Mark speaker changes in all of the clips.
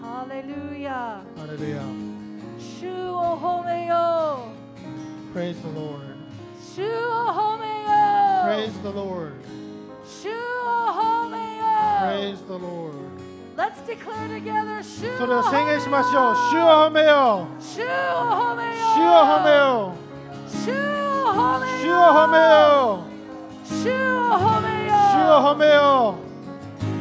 Speaker 1: ハレルヤ
Speaker 2: Hallelujah.
Speaker 1: 主を褒めよ
Speaker 2: Praise the Lord.
Speaker 1: う主を褒めよ
Speaker 2: Praise the Lord.
Speaker 1: う主を褒めよ
Speaker 2: Praise the Lord.
Speaker 1: う Let's declare together 主
Speaker 2: それを
Speaker 1: を褒
Speaker 2: 宣
Speaker 1: め
Speaker 2: 言
Speaker 1: よ
Speaker 2: しましょう。主を褒めよう。
Speaker 1: 主を褒めよ
Speaker 2: 主を褒め
Speaker 1: う
Speaker 2: よ
Speaker 1: 主を褒め
Speaker 2: う。主を褒めよう。
Speaker 1: 主を褒めよ
Speaker 2: 主を褒めよ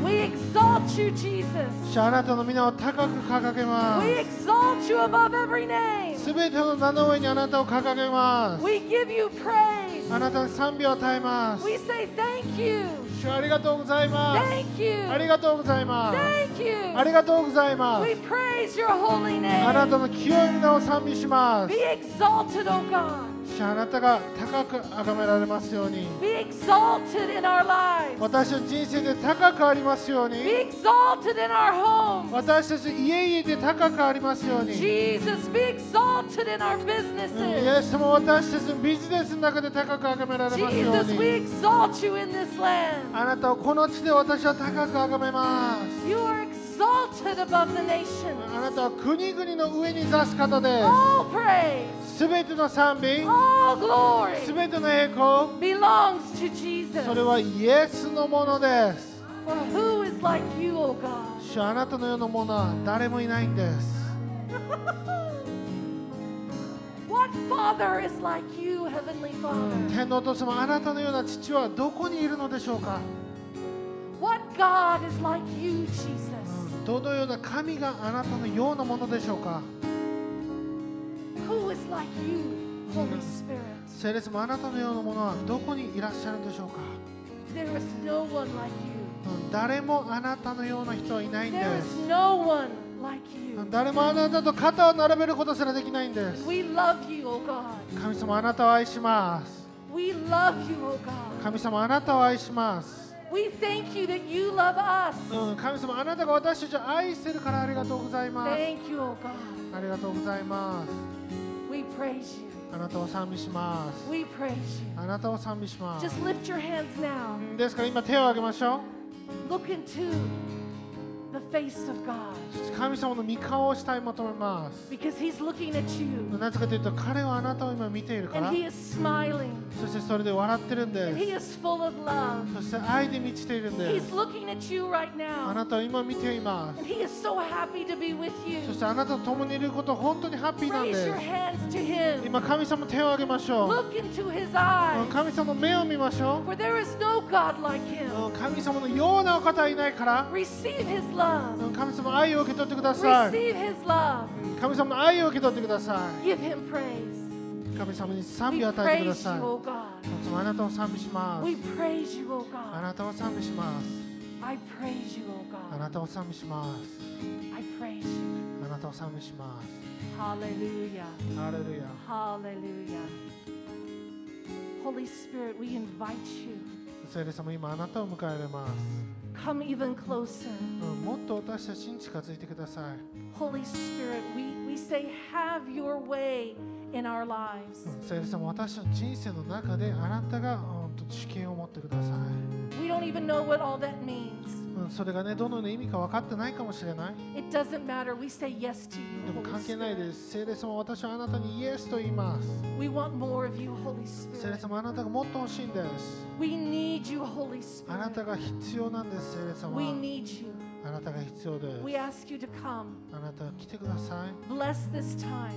Speaker 1: We exalt you, Jesus.
Speaker 2: う。主あなたの皆を高く掲げま
Speaker 1: We
Speaker 2: す。
Speaker 1: exalt you above every name.
Speaker 2: すべての名の上にあなたを掲げます。
Speaker 1: We give you praise.
Speaker 2: あなたに賛美を与えます。
Speaker 1: We say thank you.
Speaker 2: 主ありがとうございます。
Speaker 1: Thank you.
Speaker 2: ありがとうございます。
Speaker 1: Thank
Speaker 2: あり
Speaker 1: you.
Speaker 2: がとうございま
Speaker 1: We
Speaker 2: す。
Speaker 1: praise your holy
Speaker 2: あな
Speaker 1: name.
Speaker 2: たの清い皆を賛美します。
Speaker 1: Be exalted, O God.
Speaker 2: 主あなたが高く崇められますように
Speaker 1: Be exalted in our lives.
Speaker 2: 私の人生で高くありますよう
Speaker 1: Be
Speaker 2: に
Speaker 1: exalted in our home.
Speaker 2: 私たち家々で高くありますようにイ
Speaker 1: Jesus, be exalted in our
Speaker 2: エ
Speaker 1: businesses.
Speaker 2: ス様私たちのビジネスの中で高く崇められますよ
Speaker 1: Jesus,
Speaker 2: う
Speaker 1: we
Speaker 2: に
Speaker 1: exalt you in this land.
Speaker 2: あなたをこの地で私は高く崇めます
Speaker 1: You are exalted above the
Speaker 2: あな
Speaker 1: nations.
Speaker 2: たは国々の上に座す方で
Speaker 1: All praise.
Speaker 2: すすべての賛美
Speaker 1: All glory
Speaker 2: すべての栄光
Speaker 1: belongs to Jesus.
Speaker 2: それはイエスのものです
Speaker 1: For who is like you, O God?
Speaker 2: 主あなたの世のものは誰もいないんです
Speaker 1: What father is like you, Heavenly Father?
Speaker 2: 天皇と様あなたのような父はどこにいるのでしょうか
Speaker 1: What God is like you, Jesus?
Speaker 2: どのような神があなたのようなものでしょうか
Speaker 1: Who is like you, Holy Spirit?
Speaker 2: 聖霊様あなたのようなものはどこにいらっしゃるんでしょうか
Speaker 1: There is no one like you.
Speaker 2: うん誰もあなたのような人はいないんで
Speaker 1: There is
Speaker 2: す
Speaker 1: no one like
Speaker 2: う
Speaker 1: you.
Speaker 2: ん誰もあなたと肩を並べることすらできないんです
Speaker 1: We love you, O God.
Speaker 2: 神様あなたを愛します
Speaker 1: We love you, O God.
Speaker 2: 神様あなたを愛します、
Speaker 1: We thank you that you love us.
Speaker 2: うん、神様あなたが私たちを愛してるからありがとうございます
Speaker 1: Thank you, O God.
Speaker 2: ありがとうございます
Speaker 1: We praise you.
Speaker 2: あなたを賛美します
Speaker 1: We praise you.
Speaker 2: あなたを賛美します
Speaker 1: Just lift your hands now.
Speaker 2: ですから今手を挙げましょ
Speaker 1: Look into the face of God
Speaker 2: う神様の御顔をしたい求めます
Speaker 1: because He's looking at you
Speaker 2: なぜかというと彼はあなたを今見ているか
Speaker 1: and
Speaker 2: ら
Speaker 1: He is smiling
Speaker 2: そしてそれで笑ってるん
Speaker 1: and He
Speaker 2: で
Speaker 1: is full of love.
Speaker 2: すそして愛で満ちているんで
Speaker 1: He's
Speaker 2: す
Speaker 1: looking at you right
Speaker 2: あ
Speaker 1: now
Speaker 2: なたを今見ていま
Speaker 1: and
Speaker 2: す
Speaker 1: He is so happy to be with you.
Speaker 2: そしてあなたと共にいること本当にハッピーなんで
Speaker 1: Raise
Speaker 2: す
Speaker 1: your hands to Him.
Speaker 2: 今神様手を挙げましょ
Speaker 1: Look into His
Speaker 2: う
Speaker 1: eyes
Speaker 2: 神様の目を見ましょ
Speaker 1: for there is no God like
Speaker 2: う
Speaker 1: Him.
Speaker 2: 神様のようなお方はいないから
Speaker 1: Receive His love.
Speaker 2: 神様の愛を受け取ってください
Speaker 1: Receive His love.
Speaker 2: 神様の愛を受け取ってくださ
Speaker 1: Give Him praise.
Speaker 2: い神様に賛
Speaker 1: We
Speaker 2: 美を与えてくだ
Speaker 1: praise
Speaker 2: さい
Speaker 1: you,
Speaker 2: 神
Speaker 1: O God.
Speaker 2: 様あなたを賛美します
Speaker 1: We praise you, O
Speaker 2: あ
Speaker 1: God.
Speaker 2: なたを賛美します。
Speaker 1: I praise you, O
Speaker 2: あ
Speaker 1: God.
Speaker 2: なたを賛美します。
Speaker 1: I praise you.
Speaker 2: あなたを賛美します。
Speaker 1: Hallelujah.
Speaker 2: ハレルヤ。
Speaker 1: Hallelujah. Holy Spirit, we invite you.
Speaker 2: 聖霊様、今あなたを迎え入れます。
Speaker 1: Come even closer.
Speaker 2: うんもっと私たちに近づいてください。
Speaker 1: Holy Spirit, we, we say, have your way in our lives.
Speaker 2: うん聖霊様、私の人生の中であなたがうんと主権を持ってください。
Speaker 1: We don't even know what all that means.
Speaker 2: うんそれがね、どのような意味か分かってないかもしれない。
Speaker 1: It doesn't matter. We say yes to
Speaker 2: で
Speaker 1: you,
Speaker 2: も
Speaker 1: Holy
Speaker 2: 関係ないで
Speaker 1: Spirit.
Speaker 2: す。聖霊様、私はあなたにイエスと言います。
Speaker 1: We want more of you, Holy
Speaker 2: 聖霊
Speaker 1: Spirit.
Speaker 2: 様、あなたがもっと欲しいんです。
Speaker 1: We need you, Holy
Speaker 2: あな
Speaker 1: Spirit.
Speaker 2: たが必要なんです、聖霊
Speaker 1: We
Speaker 2: 様。
Speaker 1: need you.
Speaker 2: あなたが必要で
Speaker 1: We
Speaker 2: す。
Speaker 1: ask you to come.
Speaker 2: あなた来てください。
Speaker 1: Bless this time.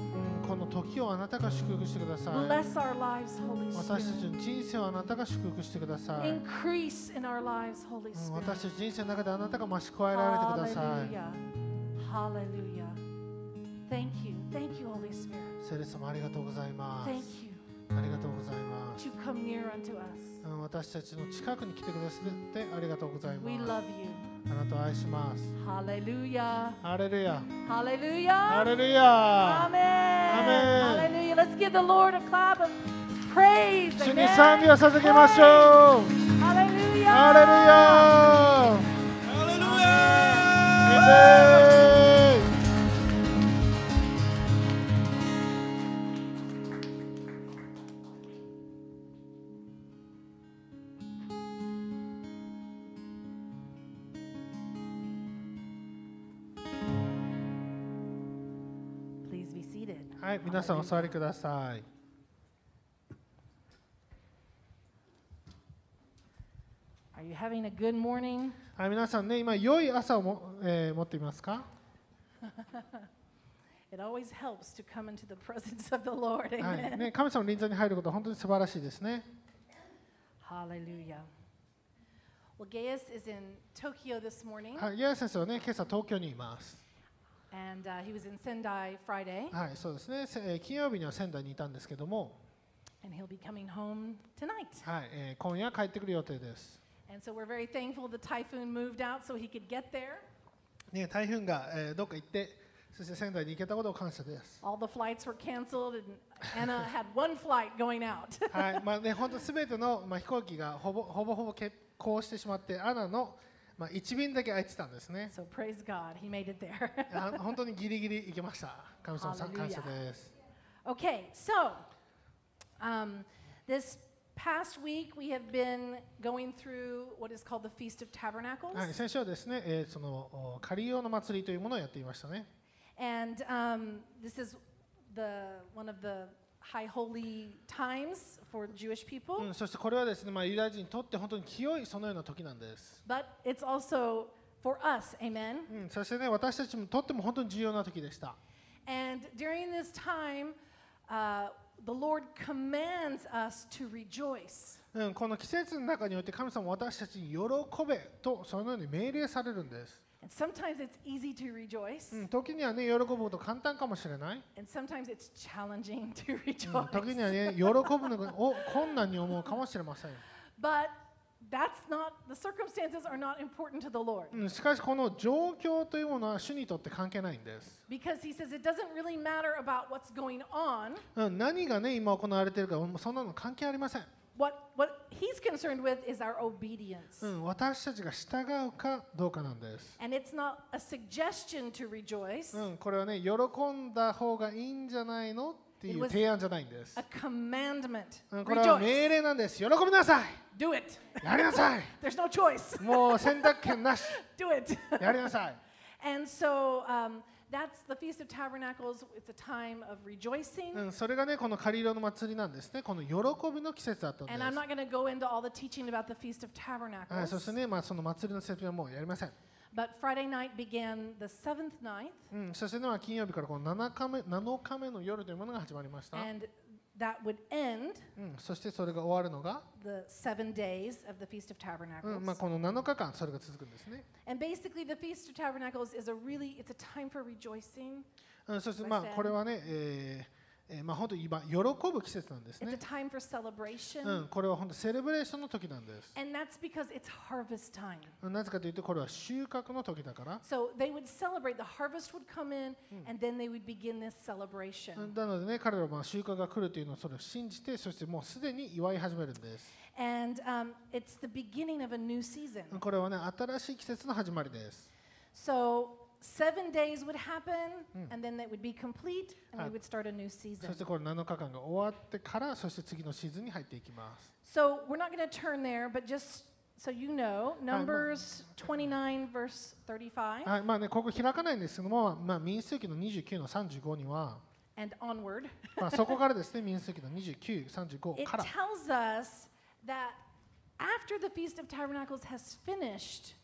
Speaker 2: この時をあなたが祝福してください。
Speaker 1: Bless our lives, Holy
Speaker 2: 私たち
Speaker 1: Spirit.
Speaker 2: の人生をあなたが祝福してください。うん
Speaker 1: Increase in our lives, Holy
Speaker 2: 私
Speaker 1: Spirit.
Speaker 2: たちの人生の中であなたが増し加えられてください。
Speaker 1: Hallelujah. Hallelujah. Thank you. Thank you, Holy Spirit.
Speaker 2: 聖霊様ありがとうございます。
Speaker 1: Thank you
Speaker 2: ありがとうございま
Speaker 1: that
Speaker 2: す。
Speaker 1: you come near unto us.
Speaker 2: うん私たちの近くに来てくださってありがとうござい
Speaker 1: We
Speaker 2: ま
Speaker 1: love
Speaker 2: す。
Speaker 1: you.
Speaker 2: あなたを愛します。
Speaker 1: Hallelujah.
Speaker 2: ハレルヤ。ハ
Speaker 1: Hallelujah.
Speaker 2: レルヤ。
Speaker 1: Amen.
Speaker 2: Amen.
Speaker 1: Hallelujah. Let's give the Lord a clap of praise.
Speaker 2: 主に
Speaker 1: Amen.
Speaker 2: 賛美を捧げましょう。
Speaker 1: Hallelujah.
Speaker 2: ハレルヤ。ハレルヤ。
Speaker 1: 「 seated.
Speaker 2: はい、皆さんお座りください。
Speaker 1: Are you having a good morning?
Speaker 2: はい、皆さんね、今、良い朝をも、えー持っていますか、
Speaker 1: It always helps to come into the presence of the Lord.
Speaker 2: は
Speaker 1: Amen.
Speaker 2: いね、神様の臨座に入ることは本当に素晴らしいですね。
Speaker 1: Hallelujah. Well, Gaius is in Tokyo this morning,
Speaker 2: はい、八重先生はね、今朝東京にいます。
Speaker 1: and uh, he was in Sendai Friday,
Speaker 2: はい、そうですね、せえー金曜日には仙台にいたんですけども、
Speaker 1: and he'll be coming home tonight.
Speaker 2: はいえー今夜帰ってくる予定です。
Speaker 1: And so we're very thankful the typhoon moved out so he could get there.
Speaker 2: ね、台風が、えーどっか行って、そして仙台に行けたことを感謝です。
Speaker 1: All the flights were canceled, and Anna had one flight going out.
Speaker 2: はい、まあね、本当すべての、まあ、飛行機がほぼほぼほぼ欠航してしまって、アナの、まあ、1便だけ空いてたんですね。
Speaker 1: so praise God, he made it there.
Speaker 2: あ本当にギリギリ行けました。神様さん、感謝です。
Speaker 1: okay, so um, this past week we have been going through what is called the Feast of Tabernacles.
Speaker 2: はい、先週はですね、えーそのおカリオの祭りというものをやっていましたね。
Speaker 1: And um, this is the one of the high holy times for Jewish people,
Speaker 2: うん、そしてこれはですね、まあ、ユダヤ人にとって本当に清いそのような時なんです。
Speaker 1: but it's also for us, amen.
Speaker 2: うん、そしてね、私たちにとっても本当に重要な時でした。
Speaker 1: And during this time, uh, the Lord commands us to rejoice.
Speaker 2: うん、この季節の中において神様は私たちに喜べとそのように命令されるんです。
Speaker 1: And sometimes it's easy to rejoice,
Speaker 2: うん、時にはね、喜ぶこと簡単かもしれない。
Speaker 1: and sometimes it's challenging to
Speaker 2: うん
Speaker 1: rejoice.
Speaker 2: 時にはね、喜ぶのがお困難に思うかもしれません。
Speaker 1: But that's not, the circumstances are not important to the Lord
Speaker 2: うん、しかし、この状況というものは主にとって関係ないんです。
Speaker 1: because He says it doesn't really matter about what's going on.
Speaker 2: うん、何がね、今行われているか、もうそんなの関係ありません。
Speaker 1: What, what he's concerned with is our obedience.
Speaker 2: うん、私たちが従うかどうかなんです。
Speaker 1: And it's not a suggestion to rejoice,
Speaker 2: うん、これはね、喜んだ方がいいんじゃないのっていう提案じゃないんです
Speaker 1: a。commandment.
Speaker 2: うん、これは
Speaker 1: Rejoice.
Speaker 2: 命令なんです。喜びなさい
Speaker 1: Do it.
Speaker 2: やりなさい
Speaker 1: There's no choice.
Speaker 2: もう選択権なし
Speaker 1: Do it.
Speaker 2: やりなさい
Speaker 1: and so um, that's the Feast of Tabernacles. It's a time of rejoicing.
Speaker 2: うん、それがね、この狩色の祭りなんですね。この喜びの季節だったんで
Speaker 1: And I'm
Speaker 2: す。
Speaker 1: not going to go into all the teaching about the Feast of
Speaker 2: はい、
Speaker 1: Tabernacles.
Speaker 2: そしてね、まあ、その祭りの説明はもうやりません。
Speaker 1: But Friday night began the seventh night,
Speaker 2: うん、そしてね、まあ金曜日からこの7日目 ,7 日目の夜というものが始まりました。
Speaker 1: and that would end
Speaker 2: うん、そしてそれが終わるのが、
Speaker 1: the seven days of the Feast of
Speaker 2: う
Speaker 1: Tabernacles.
Speaker 2: んまあ、この7日間それが続くんですね。
Speaker 1: And basically, the Feast of Tabernacles is a really, it's a time for rejoicing.
Speaker 2: うん、そして
Speaker 1: そう
Speaker 2: まあ
Speaker 1: ですね
Speaker 2: これはね、えーえーまあ、本当に今喜ぶ季節なんです
Speaker 1: It's a
Speaker 2: ね。
Speaker 1: time for celebration.
Speaker 2: うん、これは本当セレブレーションの時なんです。
Speaker 1: And that's because it's harvest time.
Speaker 2: うんなぜかというとこれは収穫の時だから。
Speaker 1: So they would celebrate, the harvest would come in, and then they would begin this celebration.
Speaker 2: うんなのでね彼らはまあ収穫が来るというのをそれを信じてそしてもうすでに祝い始めるんです。
Speaker 1: And um, it's the beginning of a new season.
Speaker 2: うんこれはね新しい季節の始まりです。
Speaker 1: So seven days would happen, and then that would be complete, and we
Speaker 2: Ah.
Speaker 1: would start a new season.
Speaker 2: そしてこの7日間が終わってからそして次のシーズンに入っていきます。
Speaker 1: So we're not going to turn there, but just so you know, Numbers 29, verse 35,
Speaker 2: はいまあね、ここ開かないんですけども、まあ、民数記の29の35には、
Speaker 1: and onward.
Speaker 2: まあ、そこからですね 民数記の29、35
Speaker 1: It
Speaker 2: から。
Speaker 1: tells us that after the Feast of Tabernacles has finished,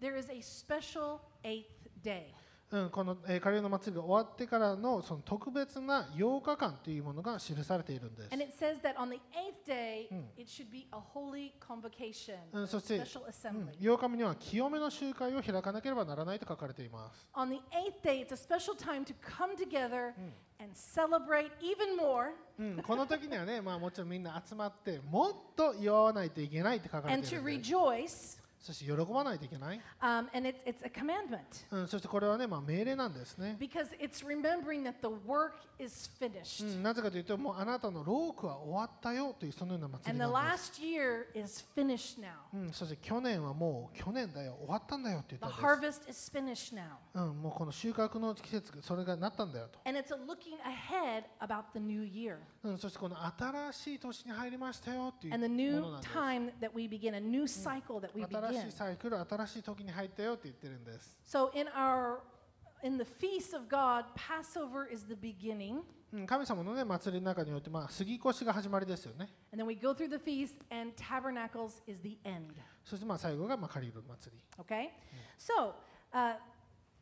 Speaker 1: there is a special eighth day.
Speaker 2: うん、この、えー、カリオの祭りが終わってからのその特別な8日間というものが記されているんです。
Speaker 1: And it says that on the eighth day,
Speaker 2: Mm.
Speaker 1: it should be a holy convocation,
Speaker 2: Uh,
Speaker 1: a
Speaker 2: Hmm, so say-
Speaker 1: special
Speaker 2: うん
Speaker 1: assembly.
Speaker 2: 8日目には清めの集会を開かなければならないと書かれています。
Speaker 1: On the eighth day, it's a special time to come together and celebrate even more
Speaker 2: うん、この時にはね、まあ、もちろんみんな集まってもっと祝わないといけないって書かれ
Speaker 1: and
Speaker 2: てい
Speaker 1: to
Speaker 2: るんです。
Speaker 1: rejoice.
Speaker 2: そして喜ばないといけない。
Speaker 1: Um, and it's it's a commandment
Speaker 2: うん、そしてこれはね、まあ、命令なんですね、
Speaker 1: because it's remembering that the work is finished.
Speaker 2: うん。なぜかというと、もうあなたの労苦は終わったよというそのような祭り
Speaker 1: And the
Speaker 2: なんです。
Speaker 1: last year is finished now.
Speaker 2: うん、そして去年はもう去年だよ、終わったんだよって言っ
Speaker 1: The
Speaker 2: たんです。
Speaker 1: harvest is finished now.
Speaker 2: うん、もうこの収穫の季節、それがなったんだよと。
Speaker 1: And it's a looking ahead about the new year
Speaker 2: うん、そしてこの新しい年に入りましたよっていう
Speaker 1: and the
Speaker 2: も
Speaker 1: new
Speaker 2: のなんです。
Speaker 1: time that we begin, a new cycle that we
Speaker 2: 新し
Speaker 1: begin.
Speaker 2: いサイクル、新しい時に入ったよって言ってるんです。
Speaker 1: So in our in the feast of God, Passover is the beginning.
Speaker 2: うん神様のね祭りの中において、まあ、杉越が始まりですよね
Speaker 1: And then we go through the feast, and Tabernacles is the end.
Speaker 2: そしてまあ最後がまあ借りる祭り
Speaker 1: Okay? So, uh,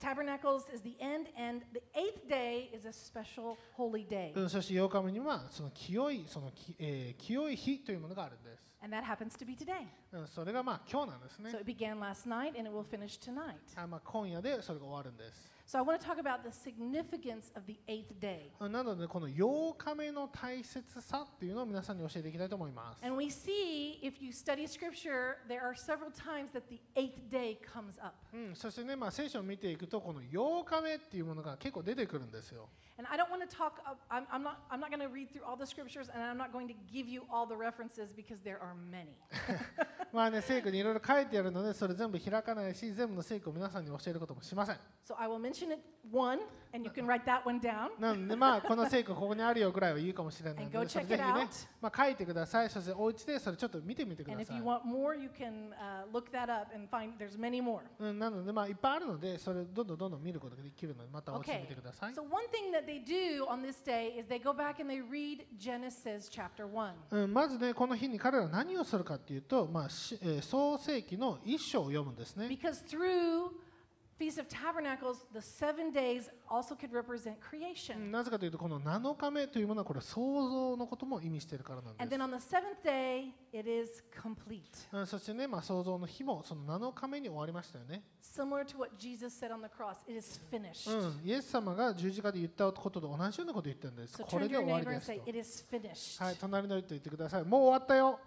Speaker 1: Tabernacles is the end, and the eighth day is a special holy day.
Speaker 2: うん、そして8日目にはその清いそのき、えー清い日というものがあるんです、
Speaker 1: And that happens to be today.
Speaker 2: うん、それがまあ今日なんです
Speaker 1: So
Speaker 2: ね
Speaker 1: it began last night and it will finish tonight.
Speaker 2: あまあ今夜でそれが終わるんです、
Speaker 1: So I want to talk about the significance of the eighth day.
Speaker 2: うん、なのでこの8日目の大切さっていうのを皆さんに教えていきたいと思います
Speaker 1: And we see, if you study scripture, there are several times that the eighth day comes up.
Speaker 2: うん、そしてね、まあ、聖書を見ていくとこの8日目っていうものが結構出てくるんですよ、
Speaker 1: And I don't want to talk, ab- I'm, I'm not, I'm not going to read through all the scriptures and I'm not going to give you all the references because there are many.
Speaker 2: まあね聖句にいろいろ書いてあるのでそれ全部開かないし全部の聖句を皆さんに教えることもしません
Speaker 1: So I will mention it one, and you can write that one down
Speaker 2: なのでまあこの聖句ここにあるよぐらいは言うかもしれない
Speaker 1: and
Speaker 2: の
Speaker 1: go
Speaker 2: でそれ
Speaker 1: check
Speaker 2: ぜ
Speaker 1: it
Speaker 2: ひね
Speaker 1: out.
Speaker 2: まあ書いてくださいそしてお家でそれちょっと見てみてくだ
Speaker 1: And
Speaker 2: さい
Speaker 1: if you want more, you can uh, look that up and find there's many more.
Speaker 2: うん、なので、まあ、いっぱいあるので、それをどんどんどんどん見ることができるので、またお家で
Speaker 1: Okay.
Speaker 2: 見てください。
Speaker 1: So one thing that they do on this day is they go back and they read Genesis chapter 1.
Speaker 2: うん、まずね、この日に彼ら何をするかっていうと、まあしえー創世記の一章を読むんですね。
Speaker 1: Because through Feast of Tabernacles, the seven days also could represent creation.
Speaker 2: うんなぜかというと、この7日目というものは、これ、創造のことも意味しているからなん
Speaker 1: And
Speaker 2: で
Speaker 1: then
Speaker 2: す。
Speaker 1: on the seventh day, it is complete.
Speaker 2: うん、そしてね、まあ、創造の日も、その7日目に終わりましたよね、
Speaker 1: Similar to what Jesus said on the cross, it is finished.
Speaker 2: うん。イエス様が十字架で言ったことと同じようなことを言ったんです。
Speaker 1: So
Speaker 2: こ
Speaker 1: turn
Speaker 2: れ
Speaker 1: to
Speaker 2: で
Speaker 1: your
Speaker 2: 終
Speaker 1: neighbor
Speaker 2: わりで
Speaker 1: and
Speaker 2: す
Speaker 1: say,
Speaker 2: と。
Speaker 1: It is finished.
Speaker 2: はい、隣の人と言ってください。もう終わったよ。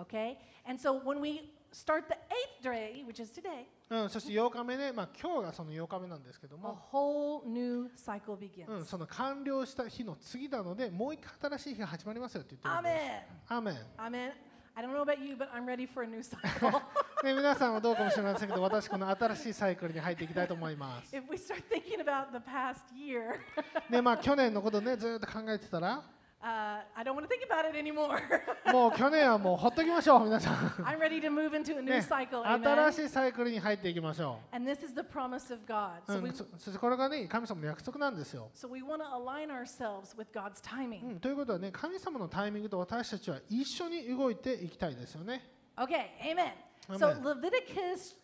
Speaker 1: Okay? And so when we start the eighth day, which is today,
Speaker 2: うん、そして8日目ね、まあ、今日がその8日目なんですけど
Speaker 1: a
Speaker 2: も。
Speaker 1: whole new cycle begins.
Speaker 2: うん、その完了した日の次なので、もう一回新しい日が始まりますよって言ってるんです。
Speaker 1: Amen.
Speaker 2: アーメン。
Speaker 1: Amen. I don't know about you, but I'm ready for a new cycle.
Speaker 2: ね、皆さんはどうかもしれませんけど、私、この新しいサイクルに入っていきたいと 思います。
Speaker 1: if we start thinking about the past year,
Speaker 2: ね、まあ、去年のことね、ずーっと考えてたら、
Speaker 1: uh, I don't want to think about it anymore.
Speaker 2: もう去年はもうほっときましょう、皆 さん。
Speaker 1: I'm ready to move into a new
Speaker 2: ね、
Speaker 1: cycle.
Speaker 2: 新
Speaker 1: Amen.
Speaker 2: しいサイクルに入っていきましょ
Speaker 1: And this is the promise of God.
Speaker 2: う。
Speaker 1: So
Speaker 2: う
Speaker 1: we,
Speaker 2: ん、そそしてこれがね、神様の約束なんですよ。
Speaker 1: so we want to align ourselves with God's
Speaker 2: う
Speaker 1: timing.
Speaker 2: ん、ということはね、神様のタイミングと私たちは一緒に動いていきたいですよね。
Speaker 1: Okay, amen. So
Speaker 2: Amen.
Speaker 1: Leviticus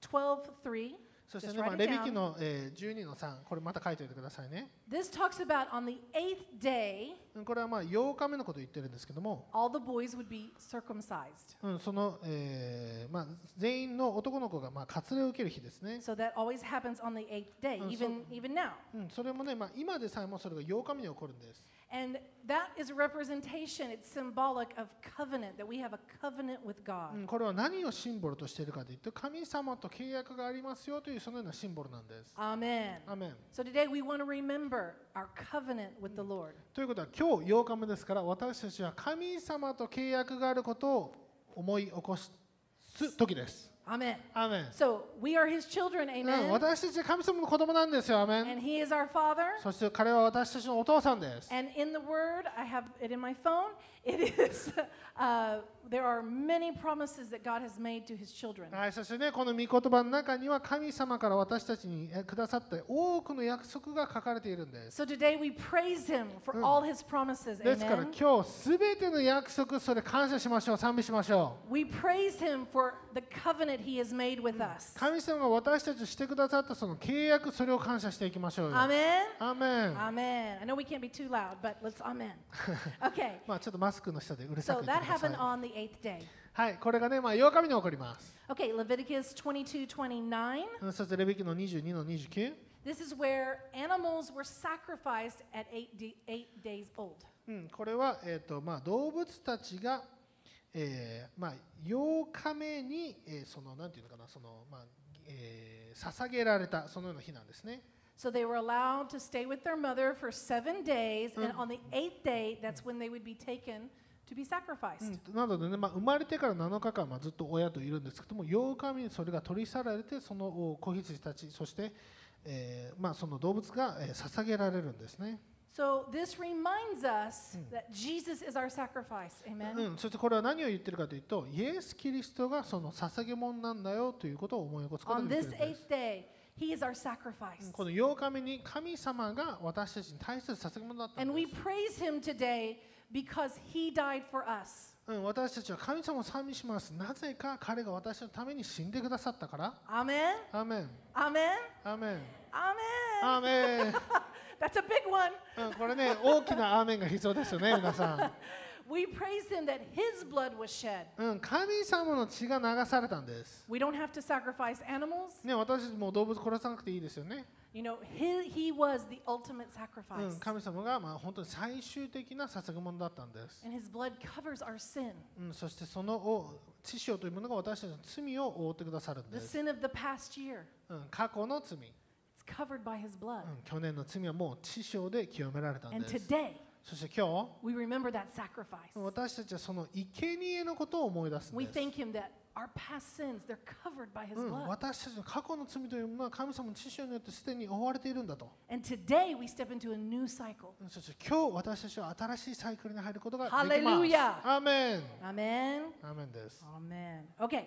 Speaker 1: 12:3,
Speaker 2: そして
Speaker 1: Just
Speaker 2: ね、まあ、
Speaker 1: write
Speaker 2: レ
Speaker 1: it
Speaker 2: ビキ
Speaker 1: down.
Speaker 2: の、えー12の3、これまた書いておいてくださいね。
Speaker 1: this talks about on the eighth day,
Speaker 2: うんこれはまあ8日目のことを言ってるんですけども、
Speaker 1: all the boys would be circumcised.
Speaker 2: うん、その、えーまあ、全員の男の子がまあ割礼を受ける日ですね、
Speaker 1: So that always happens on the eighth day,
Speaker 2: Uh, so-
Speaker 1: even even now.
Speaker 2: うん、それもね、まあ、今でさえもそれが8日目に起こるんです、
Speaker 1: And that is a representation, it's symbolic of covenant, that we have a covenant with
Speaker 2: う
Speaker 1: God.
Speaker 2: ん、これは何をシンボルとしているかというと神様と契約がありますよというそのようなシンボルなんです
Speaker 1: Amen.
Speaker 2: アメン
Speaker 1: So today we want to remember our covenant with the Lord.
Speaker 2: ということは今日8日目ですから私たちは神様と契約があることを思い起こす時です
Speaker 1: Amen.
Speaker 2: アメン
Speaker 1: So we are his children,
Speaker 2: うん、
Speaker 1: amen.
Speaker 2: 私たちは神様の子供なんですよアメン
Speaker 1: And he is our father.
Speaker 2: そして彼は私たちのお父さんです
Speaker 1: And in the word, I have it in my phone. It is, uh, there are many promises that God has made to his children.
Speaker 2: はい、そしてね、この御言葉の中には神様から私たちにえくださった多くの約束が書かれているんです。
Speaker 1: So today we praise him for
Speaker 2: Mm.
Speaker 1: all his promises,
Speaker 2: ですから
Speaker 1: amen.
Speaker 2: 今日すべての約束、それ感謝しましょう、賛美しましょ
Speaker 1: We praise him for the covenant he has made with us.
Speaker 2: う。神様が私たちにしてくださったその契約、それを感謝していきましょうよ。
Speaker 1: Amen.
Speaker 2: アメン
Speaker 1: Amen. I know we can't be too loud, but let's amen. Okay.
Speaker 2: まあちょっとマスクの下でうるさ
Speaker 1: So
Speaker 2: く言っ
Speaker 1: that
Speaker 2: てください
Speaker 1: happened。on the eighth day.
Speaker 2: はい、これがね、まあ8日目に起こります。
Speaker 1: Okay, Leviticus 22 29.
Speaker 2: うんそしてレビキの22の29。
Speaker 1: This is where animals were sacrificed at eight, d- eight days old.
Speaker 2: うん、これは、えーとまあ、動物たちが、えーまあ、8日目に、えーそのなんていうのかなその、まあえー捧げられたそのような日なんですね、
Speaker 1: So they were allowed to stay with their mother for seven days, and
Speaker 2: Mm.
Speaker 1: on the eighth day, that's when they would be taken to be
Speaker 2: う
Speaker 1: sacrificed.
Speaker 2: ん、なのでね、まあ、生まれてから7日間、まあ、ずっと親といるんですけども8日目にそれが取り去られてそのお子羊たちそして、えーまあ、その動物が、えー捧げられるんですね、
Speaker 1: So this reminds us that Jesus is our sacrifice. Amen.
Speaker 2: うん、そしてこれは何を言ってるかというとイエス・キリストがその捧げ物なんだよということを思い起こすことが
Speaker 1: On
Speaker 2: でき
Speaker 1: this
Speaker 2: るんです
Speaker 1: eighth day, He is our sacrifice.
Speaker 2: この8日目に神様が私たちに対する捧げ物だったん
Speaker 1: And
Speaker 2: で
Speaker 1: we
Speaker 2: す、
Speaker 1: praise him today because he died for us.
Speaker 2: うん、私たちは神様を賛美しますなぜか彼が私のために死んでくださったから
Speaker 1: Amen.
Speaker 2: アーメン
Speaker 1: Amen.
Speaker 2: アーメン
Speaker 1: Amen.
Speaker 2: アーメン
Speaker 1: That's a big one.
Speaker 2: うん、これね、大きなアーメンが必要ですよ ね、皆さ
Speaker 1: We praise him that his blood was shed.
Speaker 2: ん。うん、神様の血が流されたんです。
Speaker 1: We don't have to sacrifice animals.
Speaker 2: ね、私たちも動物殺さなくていいですよね。
Speaker 1: You know, he, he was the ultimate
Speaker 2: う
Speaker 1: sacrifice.
Speaker 2: ん、神様が、まあ、本当に最終的な捧げ物だったんです。
Speaker 1: And his blood covers our sin
Speaker 2: うん、そしてそのお血潮というものが私たちの罪を覆ってくださるんで
Speaker 1: the
Speaker 2: す。
Speaker 1: sin of the past year.
Speaker 2: うん、過去の罪、う
Speaker 1: It's covered by his blood.
Speaker 2: ん、去年の罪はもう血潮で清められたん
Speaker 1: And
Speaker 2: です。
Speaker 1: today,
Speaker 2: そして今
Speaker 1: we remember that sacrifice.
Speaker 2: 日、私たちはその生贄のことを思い出すん
Speaker 1: We
Speaker 2: です。
Speaker 1: thank him that our past sins, they're covered by his
Speaker 2: うん、
Speaker 1: blood. 私たち
Speaker 2: 私たちの過去の罪というものは神様の血潮によってすでに覆われているんだと。
Speaker 1: And today we step into a new cycle.
Speaker 2: そして今日私たちは新しいサイクルに入ることができます。
Speaker 1: Hallelujah.
Speaker 2: アーメン。
Speaker 1: Amen.
Speaker 2: アーメンです。
Speaker 1: Amen. Okay.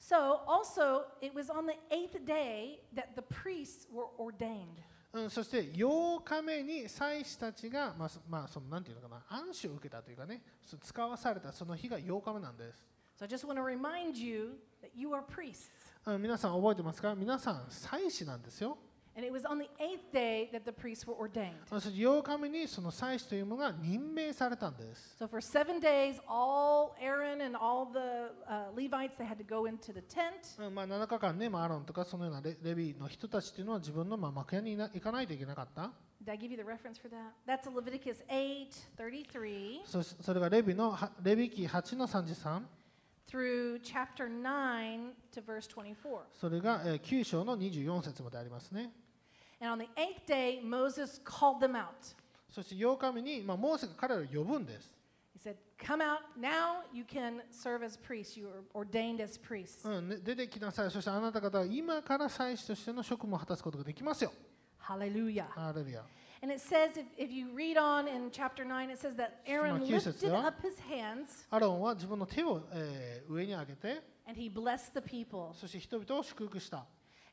Speaker 1: So also it was on the eighth day that the priests were ordained.
Speaker 2: うん、そして8日目に祭司たちが、まあ、そまあ、そのなんていうのかな、暗視を受けたというかね、そ使わされたその日が8日目なんです。
Speaker 1: So I just want to remind you that you are priests.
Speaker 2: うん、皆さん覚えてますか皆さん祭司なんですよ。
Speaker 1: And it was on the eighth day that the priests were ordained.
Speaker 2: うんそして8日目にその祭司というものが任命されたんです。
Speaker 1: So for seven days, all Aaron and all the uh, Levites they had to go into the tent.
Speaker 2: うんまあ、7日間ね、まあ、アロンとかそのようなレレビの人たちというのは自分のまあ幕屋にいな行かないといけなかった。
Speaker 1: Did I give you the reference for that? That's Leviticus 8, 33
Speaker 2: そしそれがレビのはレビ記8の33。
Speaker 1: through chapter 9 to verse 24.
Speaker 2: それが、えー9章の24節までありますね。
Speaker 1: And on the eighth day, Moses called them out.
Speaker 2: そして8日目に、まあ、モーセが彼らを呼ぶんです。
Speaker 1: He said, Come out now, you can serve as priests. You are ordained as priests.
Speaker 2: うんね出てきなさい。そしてあなた方は今から祭司としての職務を果たすことができますよ。
Speaker 1: Hallelujah.
Speaker 2: ハレルヤ。
Speaker 1: And it says, if, if you read on in chapter 9, it says that Aaron
Speaker 2: Excuse me,
Speaker 1: lifted
Speaker 2: yeah.
Speaker 1: up his hands
Speaker 2: アロンは自分の手を、えー上に上げて、
Speaker 1: and he blessed the people.
Speaker 2: そして人々を祝福した、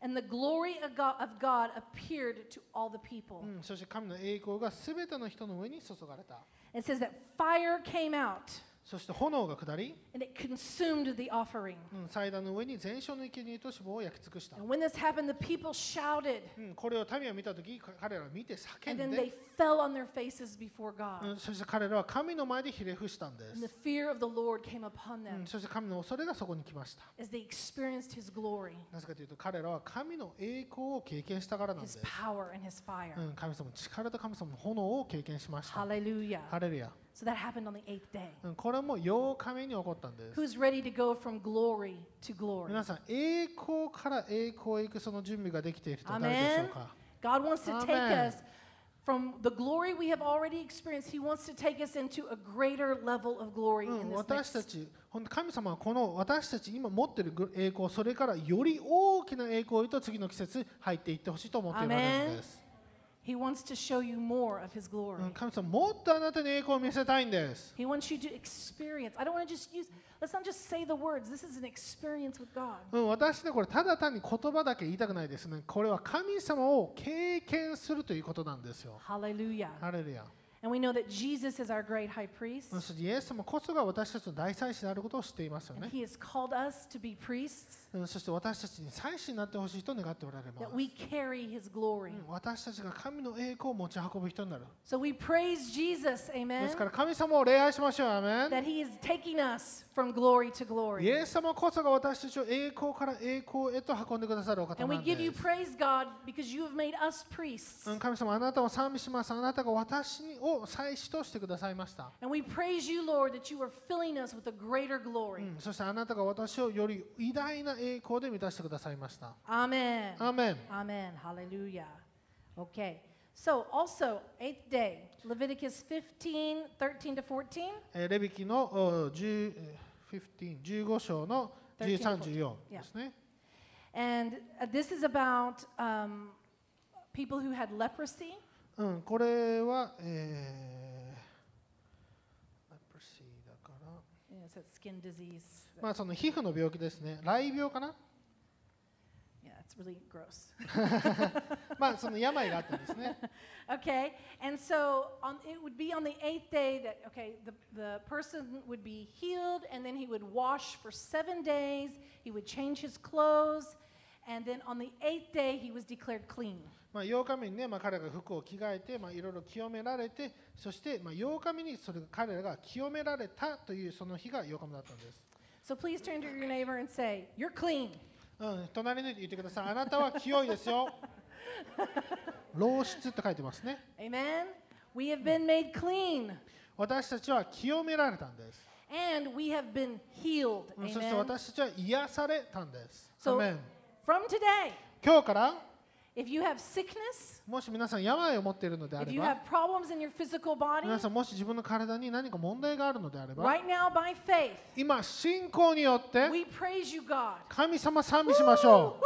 Speaker 1: And the glory of God, of God appeared to all the
Speaker 2: う
Speaker 1: people.
Speaker 2: ん。そして神の栄光がすべての人の上に注がれた。
Speaker 1: It says that fire came out
Speaker 2: そして炎が下り、
Speaker 1: and it consumed the offering.
Speaker 2: うん、祭壇の上に全焼の生贄と脂肪を焼き尽くした。
Speaker 1: And when this happened, the people shouted
Speaker 2: うん、これを民は見たとき、か彼らは見て叫
Speaker 1: and then
Speaker 2: ん
Speaker 1: they Mm.
Speaker 2: で、
Speaker 1: fell on their faces before
Speaker 2: う
Speaker 1: God.
Speaker 2: ん、そして彼らは神の前でひれ伏したんで
Speaker 1: And the
Speaker 2: す。
Speaker 1: fear of the Lord came upon
Speaker 2: う
Speaker 1: them
Speaker 2: ん、そして神の恐れがそこに来ました。
Speaker 1: as they experienced his glory.
Speaker 2: なぜかというと彼らは神の栄光を経験したからなんで
Speaker 1: his
Speaker 2: す。
Speaker 1: power and his fire.
Speaker 2: うん、神様の力と神様の炎を経験しました。
Speaker 1: Hallelujah.
Speaker 2: ハレルヤ。
Speaker 1: So that happened on the eighth day.
Speaker 2: うん、これも8日目に起こったんです。
Speaker 1: Who's ready to go from glory to glory?
Speaker 2: 皆さん、栄光から栄光へ行くその準備ができている人は誰でしょうか
Speaker 1: God wants to take
Speaker 2: Amen.
Speaker 1: us from the glory we have already experienced, He wants to take us into a greater level of glory
Speaker 2: う
Speaker 1: in
Speaker 2: ん、
Speaker 1: this
Speaker 2: 私
Speaker 1: next.
Speaker 2: たち、本当神様はこの私たち今持っている栄光、それからより大きな栄光へと次の季節入っていってほしいと思っているんです。
Speaker 1: He wants to show you more of His
Speaker 2: う
Speaker 1: glory.
Speaker 2: ん、神様、もっとあなたに栄光を見せたいんです。
Speaker 1: He wants you to experience. I don't want to just use, let's not just say the words. This is an experience with God.
Speaker 2: うん、私ね、これただ単に言葉だけ言いたくないですね。これは神様を経験するということなんですよ。
Speaker 1: Hallelujah.
Speaker 2: ハレルヤ。
Speaker 1: And we know that Jesus is our great high priest,
Speaker 2: そしてイエス様こそが私たちの大祭司であることを知っていますよ
Speaker 1: and
Speaker 2: ね。
Speaker 1: He has called us to be priests.
Speaker 2: うん、そして私たちに祭司になってほしいと願っておられま
Speaker 1: that
Speaker 2: す。
Speaker 1: we carry his glory.
Speaker 2: うん私たちが神の栄光を持ち運ぶ人になる。
Speaker 1: So we praise Jesus,
Speaker 2: で
Speaker 1: amen,
Speaker 2: すから神様を礼拝しましょう。アーメ
Speaker 1: that he is taking us from glory to
Speaker 2: ン。イ
Speaker 1: glory.
Speaker 2: エス様こそが私たちを栄光から栄光へと運んでくださるお方
Speaker 1: And
Speaker 2: な
Speaker 1: we
Speaker 2: ん
Speaker 1: give you
Speaker 2: です。
Speaker 1: praise, God, because you have made us priests.
Speaker 2: うん、神様、あなたを賛美します。あなたが私を祭司としてくださいました。
Speaker 1: And we praise you, Lord, that you are filling us with a greater glory.
Speaker 2: うんそしてあなたが私をより偉大な栄光で満たしてくださいました。
Speaker 1: Amen.
Speaker 2: アーメン。
Speaker 1: Amen. Hallelujah. Okay. So also, eighth day, Leviticus 15, 13 to 14.
Speaker 2: えーレビキのおー10えー15 15章の13、14ですね。
Speaker 1: And uh, this is about um, people who had leprosy.
Speaker 2: うん、これは、えー、レプシーだから、
Speaker 1: Yeah, it's that skin disease.
Speaker 2: まあその皮膚の病気ですね。雷病かな
Speaker 1: Yeah, I It's really gross.
Speaker 2: まあその病があったんですね
Speaker 1: Okay, and so on, it would be on the eighth day that, okay, the, the person would be healed, and then he would wash for seven days, he would change his clothes, and then on the eighth day, he was declared clean.
Speaker 2: まあ8日目にね、まあ、彼が服を着替えて、まあ、いろいろ清められてそしてまあ8日目にそれ彼らが清められたというその日が8日目だったんです、
Speaker 1: So please turn to your neighbor and say, You're clean.
Speaker 2: うん、隣の人に言ってくださいあなたは清いですよ 漏出って書いてますね
Speaker 1: Amen? We have been made clean,
Speaker 2: 私たちは清められたんです
Speaker 1: and we have been healed.
Speaker 2: うんそして
Speaker 1: Amen?
Speaker 2: 私たちは癒されたんです。ア
Speaker 1: So-
Speaker 2: ーメン
Speaker 1: From today,
Speaker 2: 今日から、
Speaker 1: if you have sickness,
Speaker 2: もし皆さん病を持っているのであ
Speaker 1: if
Speaker 2: れ
Speaker 1: you
Speaker 2: ば、
Speaker 1: have problems in your physical body,
Speaker 2: 皆さんもし自分の体に何か問題があるのであれば、
Speaker 1: right now by faith,
Speaker 2: 今、信仰によって、
Speaker 1: we praise you, God.
Speaker 2: 神様賛美しましょ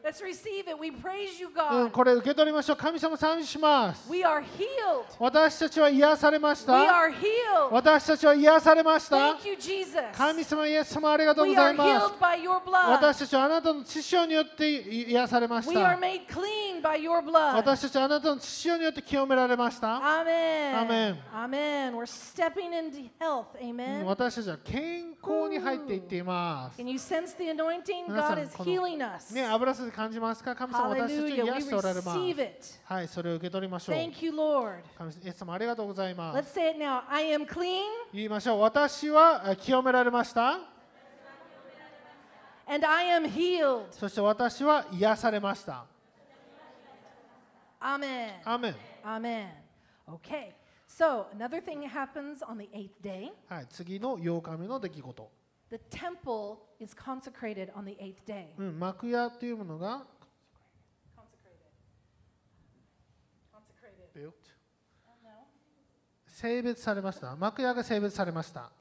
Speaker 1: Let's receive it. We praise you,
Speaker 2: う。うん、
Speaker 1: God.
Speaker 2: これ受け取りましょう。神様賛美します。
Speaker 1: We are healed.
Speaker 2: 私たちは癒されまし
Speaker 1: We
Speaker 2: た。
Speaker 1: are healed.
Speaker 2: 私たちは癒されました。
Speaker 1: Thank you, Jesus.
Speaker 2: 神様、イエス様、ありがとうご
Speaker 1: We
Speaker 2: ざ
Speaker 1: are
Speaker 2: います。
Speaker 1: healed by your blood.
Speaker 2: 私たちはあなたの血潮によって癒されまし
Speaker 1: We are
Speaker 2: た。
Speaker 1: made clean by your blood.
Speaker 2: 私たちはあなたの血潮によって清められました。
Speaker 1: Amen.
Speaker 2: Amen.
Speaker 1: Amen. We're stepping into health.
Speaker 2: うん
Speaker 1: Amen.
Speaker 2: 私たちは健康に入っていっています。
Speaker 1: Can you sense the anointing?
Speaker 2: 皆さ
Speaker 1: God
Speaker 2: ん
Speaker 1: is
Speaker 2: この
Speaker 1: healing us.
Speaker 2: ね、油すで感じますか神様、私たちを
Speaker 1: Hallelujah.
Speaker 2: 癒しておられ
Speaker 1: We
Speaker 2: ま
Speaker 1: receive
Speaker 2: す。
Speaker 1: it.
Speaker 2: はい、それを受け取りましょう。
Speaker 1: Thank you, Lord.
Speaker 2: 神様イエス様、ありがとうございます。
Speaker 1: Let's say it now. I am clean
Speaker 2: 言いましょう。私はあ清められました。
Speaker 1: and I am healed.
Speaker 2: そして私は癒されました。
Speaker 1: Amen.
Speaker 2: アーメン。
Speaker 1: Amen. Okay. So another thing happens on the eighth day.
Speaker 2: はい、次の8日目の出来事。
Speaker 1: The temple is consecrated on the eighth day.
Speaker 2: うん、幕屋というものが
Speaker 1: Consecrated. Consecrated.
Speaker 2: 性別されました。幕屋が性別されました。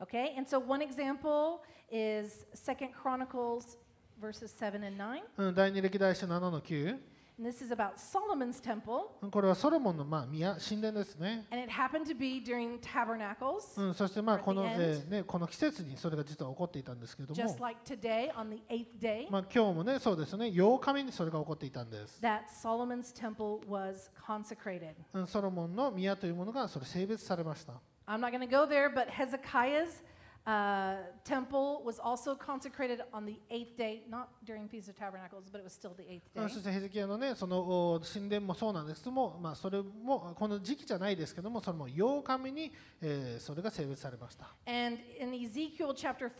Speaker 1: Okay. And so one example is Second Chronicles verses seven and nine.
Speaker 2: うん、第二歴代史7の9。
Speaker 1: And this is about Solomon's temple.
Speaker 2: うんこれはソロモンの、まあ、宮、神殿ですね。
Speaker 1: And it happened to be during tabernacles,
Speaker 2: うん、そしてまあ
Speaker 1: At the
Speaker 2: この、
Speaker 1: end.
Speaker 2: えーね、この季節にそれが実は起こっていたんですけれど
Speaker 1: just
Speaker 2: も、
Speaker 1: like today on the eighth day,
Speaker 2: まあ、今日もねそうですね8日目にそれが起こっていたんです、
Speaker 1: that Solomon's temple was consecrated.
Speaker 2: うん、ソロモンの宮というものがそれ性別されました、
Speaker 1: I'm not going to go there, but Hezekiah's uh, temple was also consecrated on the eighth day, not during Feast of Tabernacles, but it was still the eighth
Speaker 2: うん、
Speaker 1: day.
Speaker 2: そしてヘゼキヤのねそのお神殿もそうなんですけども、まあ、それもこの時期じゃないですけどもそれも8日目に、えーそれが性別されました、
Speaker 1: And in Ezekiel chapter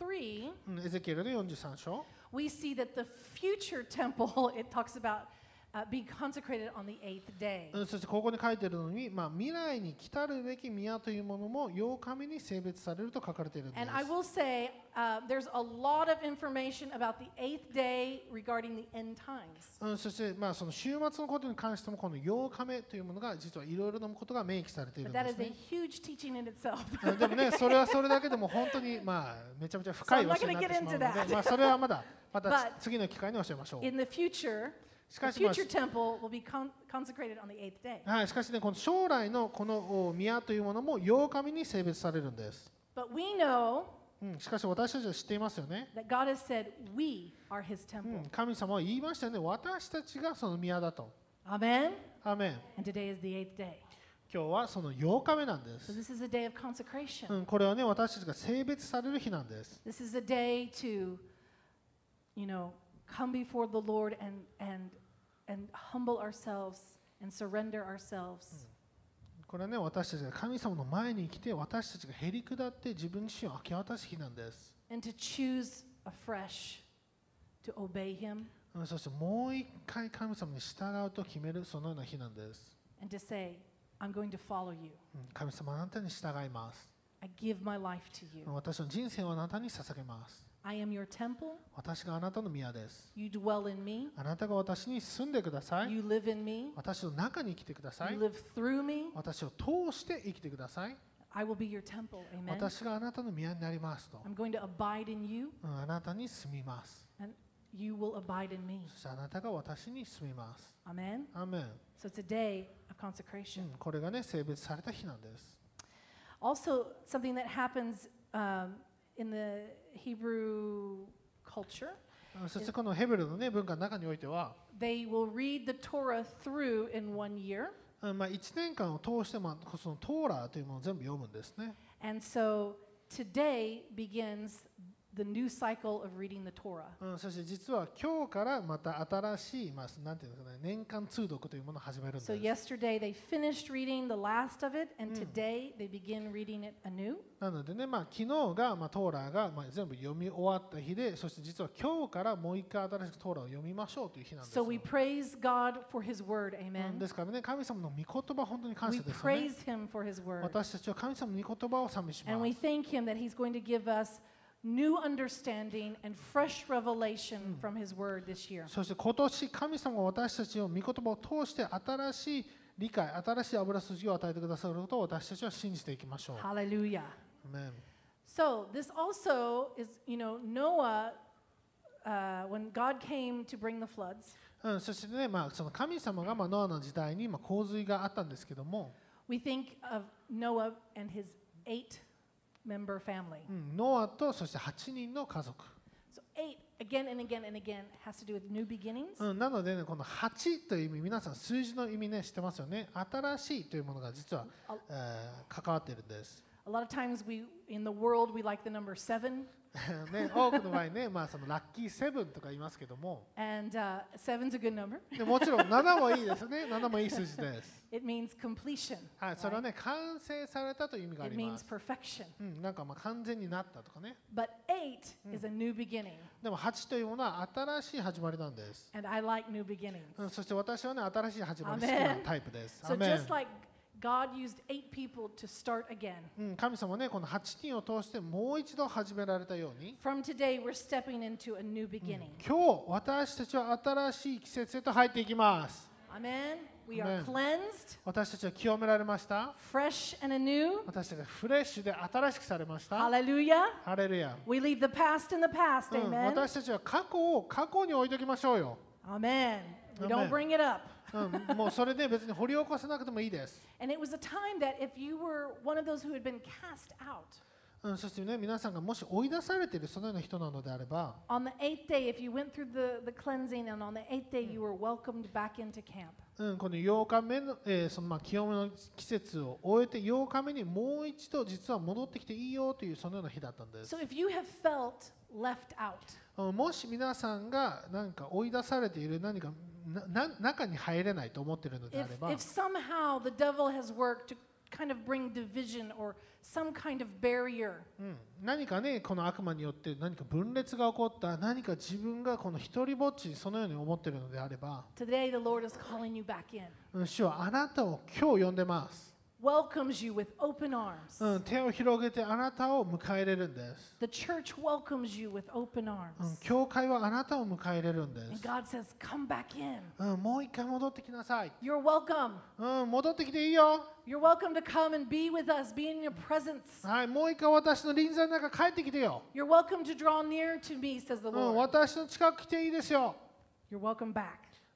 Speaker 1: 43,
Speaker 2: うん、エゼキエルの43章
Speaker 1: we see that the future temple, it talks about uh, being consecrated on the eighth day.
Speaker 2: うん、そしてここに書いてるのに、まあ、未来に来たるべき宮というものも8日目に性別されると書かれているんです
Speaker 1: And I will say, uh, there's a lot of information about the eighth day regarding the end times.
Speaker 2: うん、そして、まあ、その週末のことに関してもこの8日目というものが実はいろいろなことが明記されている
Speaker 1: But
Speaker 2: ん
Speaker 1: that
Speaker 2: で
Speaker 1: is
Speaker 2: す
Speaker 1: a
Speaker 2: ね。
Speaker 1: huge teaching in itself.
Speaker 2: うんでもね、それはそれだけでも本当に、まあ、めちゃめちゃ深い
Speaker 1: So
Speaker 2: 教
Speaker 1: I'm not
Speaker 2: えに
Speaker 1: gonna
Speaker 2: なってし
Speaker 1: get
Speaker 2: まうの
Speaker 1: into
Speaker 2: で、まあ、それはまだまた
Speaker 1: But-
Speaker 2: 次の機会に教えましょ
Speaker 1: in the future,
Speaker 2: う。し
Speaker 1: The
Speaker 2: かし、ま
Speaker 1: future temple will be con- consecrated on the eighth day.
Speaker 2: あはい、しかしね、この将来のこのお宮というものも8日目に性別されるんです。
Speaker 1: But we know
Speaker 2: うん、しかし私たちは知っていますよね。
Speaker 1: that God has said we are his
Speaker 2: う
Speaker 1: temple.
Speaker 2: ん、神様は言いましたよね、私たちがその宮だと。
Speaker 1: Amen.
Speaker 2: アーメン
Speaker 1: And today is the eighth day.
Speaker 2: 今日はその8日目なんで
Speaker 1: So
Speaker 2: す。
Speaker 1: this is a day of consecration.
Speaker 2: うん、これはね、私たちが性別される日なんです。
Speaker 1: This is a day to, you know, come before the Lord and and and humble ourselves and surrender ourselves.
Speaker 2: これはね私たちが神様の前に来て私たちがへり下って自分自身を明け渡す日なんです
Speaker 1: And to choose afresh to obey him
Speaker 2: うんそしてもう一回神様に従うと決めるそのような日なんです
Speaker 1: and to say, I'm going to follow you.
Speaker 2: うん神様あなたに従います
Speaker 1: I give my life to you.
Speaker 2: 私の人生をあなたに捧げます
Speaker 1: I am your temple.
Speaker 2: 私があなたの宮です
Speaker 1: You dwell in me.
Speaker 2: あなたが私に住んでください
Speaker 1: You live in me.
Speaker 2: 私の中に生きてください
Speaker 1: You live through me.
Speaker 2: 私を通して生きてください
Speaker 1: I will be your temple. Amen.
Speaker 2: 私があなたの宮になりますと
Speaker 1: I'm going to abide in you.
Speaker 2: うんあなたに住みます
Speaker 1: You will abide in me.
Speaker 2: そしてあなたが私に住みます
Speaker 1: Amen.
Speaker 2: アーメン
Speaker 1: So it's a day of
Speaker 2: う
Speaker 1: consecration.
Speaker 2: んこれがね性別された日なんです
Speaker 1: Also, something that happens um, in the Hebrew culture
Speaker 2: あそしてこのヘブルの、ね、文化の中においては、
Speaker 1: They will read the Torah through in one year.
Speaker 2: うんまあ、1年間を通してもそのトーラーというものを全部読むんですね。
Speaker 1: And so today begins the new cycle of reading the Torah.
Speaker 2: うん、そして実は今日からまた新しい、まあ、なんていうんですかね、年間通読というものを始めるんです。
Speaker 1: So yesterday they finished reading the last of it, and
Speaker 2: Mm.
Speaker 1: today they begin reading it anew.
Speaker 2: なのでね、まあ、昨日が、まあ、トーラーが、まあ、全部読み終わった日で、そして実は今日からもう一回新しくトーラーを読みましょうという日なんです
Speaker 1: So
Speaker 2: よ。
Speaker 1: we praise God for His word.
Speaker 2: うん、
Speaker 1: Amen.
Speaker 2: ですからね、神様の御言葉本当に感
Speaker 1: We
Speaker 2: 謝ですよね。
Speaker 1: praise Him for His word.
Speaker 2: 私たちは神様の御言葉を賛美しま
Speaker 1: And we
Speaker 2: す。
Speaker 1: thank Him that He's going to give us new understanding and fresh revelation from His word this year.
Speaker 2: そして今年、神様が私たちを御言葉を通して新しい理解、新しい油筋を与えてくださることを私たちは信じていきましょう。
Speaker 1: Hallelujah.
Speaker 2: アメン
Speaker 1: So this also is, you know, Noah, uh, when God came to bring the floods,
Speaker 2: うん、そしてね、まあ、その神様が、まあ、ノアの時代に、まあ、洪水があったんですけども、
Speaker 1: we think of Noah and his eight member family.
Speaker 2: うん、ノアとそして8人の家族。
Speaker 1: So eight again and again and again has to do with new beginnings.
Speaker 2: うん、なのでね、この8という意味、皆さん数字の意味ね、知ってますよね。新しいというものが実は
Speaker 1: あ、
Speaker 2: えー関わっているんです。
Speaker 1: A lot of times we in the world we like the number seven,
Speaker 2: ね、多くの場合ね、まあ、そのラッキーセブンとか言いますけども、
Speaker 1: and uh, seven's a good number.
Speaker 2: でもちろん7もいいですね。7もいい数字です。
Speaker 1: It means completion.
Speaker 2: はい、それはね、完成されたという意味があ
Speaker 1: It
Speaker 2: りま
Speaker 1: means
Speaker 2: す。
Speaker 1: perfection.
Speaker 2: うん、なんかまあ完全になったとかね。
Speaker 1: But eight is a new beginning,
Speaker 2: でも8というものは新しい始まりなんです。
Speaker 1: and I like new beginnings.
Speaker 2: うん、そして私はね、新しい始まり好き
Speaker 1: Amen.
Speaker 2: なタイプです。
Speaker 1: So
Speaker 2: アメン
Speaker 1: just like God used eight people to start again,
Speaker 2: うん、神様ね、この8人を通してもう一度始められたように、
Speaker 1: from today we're stepping into a new beginning.
Speaker 2: 今日私たちは新しい季節へと入っていきます。
Speaker 1: Amen. We are
Speaker 2: Mm. Amen.
Speaker 1: cleansed,
Speaker 2: 私たちは清められました。
Speaker 1: fresh and anew.
Speaker 2: 私たちはフレッシュで新しくされました。
Speaker 1: Hallelujah.
Speaker 2: ハレルヤ。
Speaker 1: We leave the past in the past.
Speaker 2: うん、
Speaker 1: Amen.
Speaker 2: 私たちは過去を過去に置いときましょうよ。
Speaker 1: Amen. We don't
Speaker 2: Amen.
Speaker 1: bring it up.
Speaker 2: うん、もうそれで別に掘り起こさなくてもいいです。
Speaker 1: And it was a time that if you were one of those who had been cast out,
Speaker 2: うん、そしてね、皆さんがもし追い出されているそのような人なのであれば、
Speaker 1: on the eighth day, if you went through the, the cleansing and on the eighth
Speaker 2: Mm.
Speaker 1: day you were welcomed back into camp.
Speaker 2: うん、この8日目の、えーそのまあ清めの季節を終えて8日目にもう一度実は戻ってきていいよというそのような日だったんです。
Speaker 1: So if you have felt left out,
Speaker 2: うんもし皆さんが何か追い出されている何かなな中に入れないと思っているので
Speaker 1: if,
Speaker 2: あれば
Speaker 1: if somehow the devil has worked to kind of bring division or some kind of barrier,
Speaker 2: うん、何かねこの悪魔によって何か分裂が起こった何か自分がこの一人ぼっちにそのように思っているのであれば、
Speaker 1: today the Lord is calling you back in,
Speaker 2: うん、主はあなたを今日呼んでます、
Speaker 1: welcomes you with open arms.
Speaker 2: うん、手を広げてあなたを迎え入れるんです、
Speaker 1: The church welcomes you with open
Speaker 2: うん
Speaker 1: arms.、
Speaker 2: 教会はあなたを迎え入れるんで
Speaker 1: And
Speaker 2: す
Speaker 1: God says, Come back in.
Speaker 2: うん、もう一回戻ってきなさい。
Speaker 1: You're welcome.
Speaker 2: うん、戻ってきていいよ。
Speaker 1: You're welcome to come and be with us, be in your presence.
Speaker 2: はい、もう一回私の臨座の中帰ってきてよ。
Speaker 1: You're welcome to draw near to me, says the
Speaker 2: うん、
Speaker 1: Lord.
Speaker 2: 私の近く来ていいですよ。
Speaker 1: You're welcome back.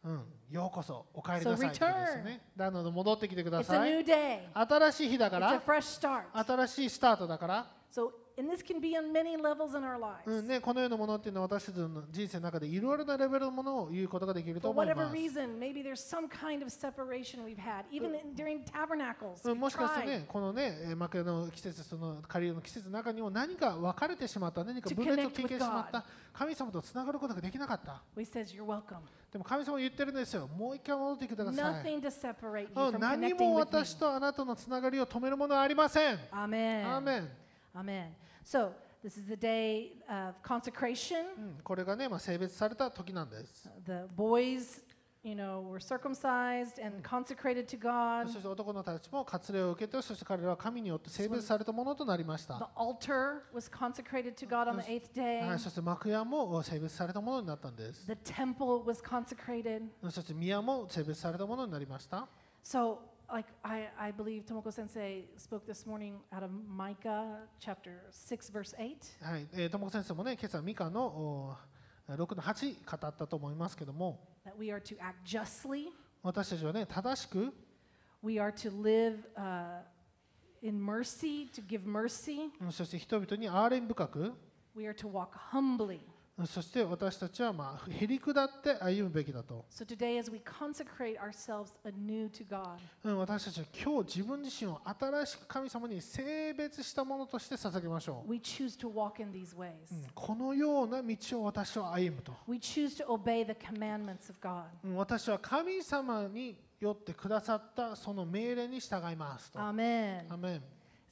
Speaker 1: うん
Speaker 2: うん、ようこそ、お帰りなさ
Speaker 1: So
Speaker 2: いってことですよね。なので戻ってきてくだ
Speaker 1: It's a
Speaker 2: さい。
Speaker 1: new day,
Speaker 2: 新しい日だか
Speaker 1: it's a
Speaker 2: ら、
Speaker 1: fresh start.
Speaker 2: 新しいスタートだから、
Speaker 1: So, and this can be on many levels in our
Speaker 2: う
Speaker 1: lives.
Speaker 2: んね、このようなものっていうのは私たちの人生の中でいろいろなレベルのものを言うことができると
Speaker 1: For
Speaker 2: 思い
Speaker 1: whatever
Speaker 2: ます。
Speaker 1: reason, maybe there's some kind of separation we've had, even in, during tabernacles.
Speaker 2: うん、
Speaker 1: we
Speaker 2: もしかして
Speaker 1: tried
Speaker 2: ね、このね、えー幕屋の季節、その下流の季節の中にも何か分かれてしまった、何か
Speaker 1: To
Speaker 2: 分裂
Speaker 1: connect
Speaker 2: を経験
Speaker 1: with
Speaker 2: してしまっ
Speaker 1: God
Speaker 2: た、神様とつながることができなかった。
Speaker 1: We says, You're welcome.
Speaker 2: でも神様言ってるんですよ。もう一回戻ってきてください。
Speaker 1: Nothing to separate you
Speaker 2: う
Speaker 1: from
Speaker 2: ん何も
Speaker 1: connecting with me.
Speaker 2: 私とあなたのつながりを止めるものはありません。アー
Speaker 1: Amen.
Speaker 2: メン。
Speaker 1: Amen. So, this is the day of consecration.
Speaker 2: うんこれがね、まあ、性別された時なんです。
Speaker 1: The boys, you know, were circumcised and consecrated to God.
Speaker 2: そして男のたちも割礼を受けて、そして彼らは神によって性別されたものとなりました。
Speaker 1: The altar was consecrated to God on the eighth day.
Speaker 2: はい、そして幕屋もお性別されたものになったんです。
Speaker 1: The temple was consecrated.
Speaker 2: そして宮も性別されたものになりました。
Speaker 1: So, like, I, I believe Tomoko sensei spoke this morning out of Micah chapter 6, verse 8.
Speaker 2: はい、えー、ともこ先生もね、今朝ミカのお6の8語ったと思いますけども、
Speaker 1: That we are to act justly,
Speaker 2: 私たちはね、正しく
Speaker 1: we are to live uh, in mercy, to give mercy,
Speaker 2: うんそして人々に憐れみ深く、
Speaker 1: we are to walk humbly.
Speaker 2: うんそして私たちはまあへりくだって歩むべきだと、
Speaker 1: So today, as we consecrate ourselves anew to God,
Speaker 2: うん、私たちは今日自分自身を新しく神様に性別したものとして捧げましょ
Speaker 1: we choose to walk in these ways.
Speaker 2: う、うんこのような道を私は歩むと、
Speaker 1: We choose to obey the commandments of God.
Speaker 2: うん私は神様によってくださったその命令に従いますと、
Speaker 1: Amen.
Speaker 2: アメン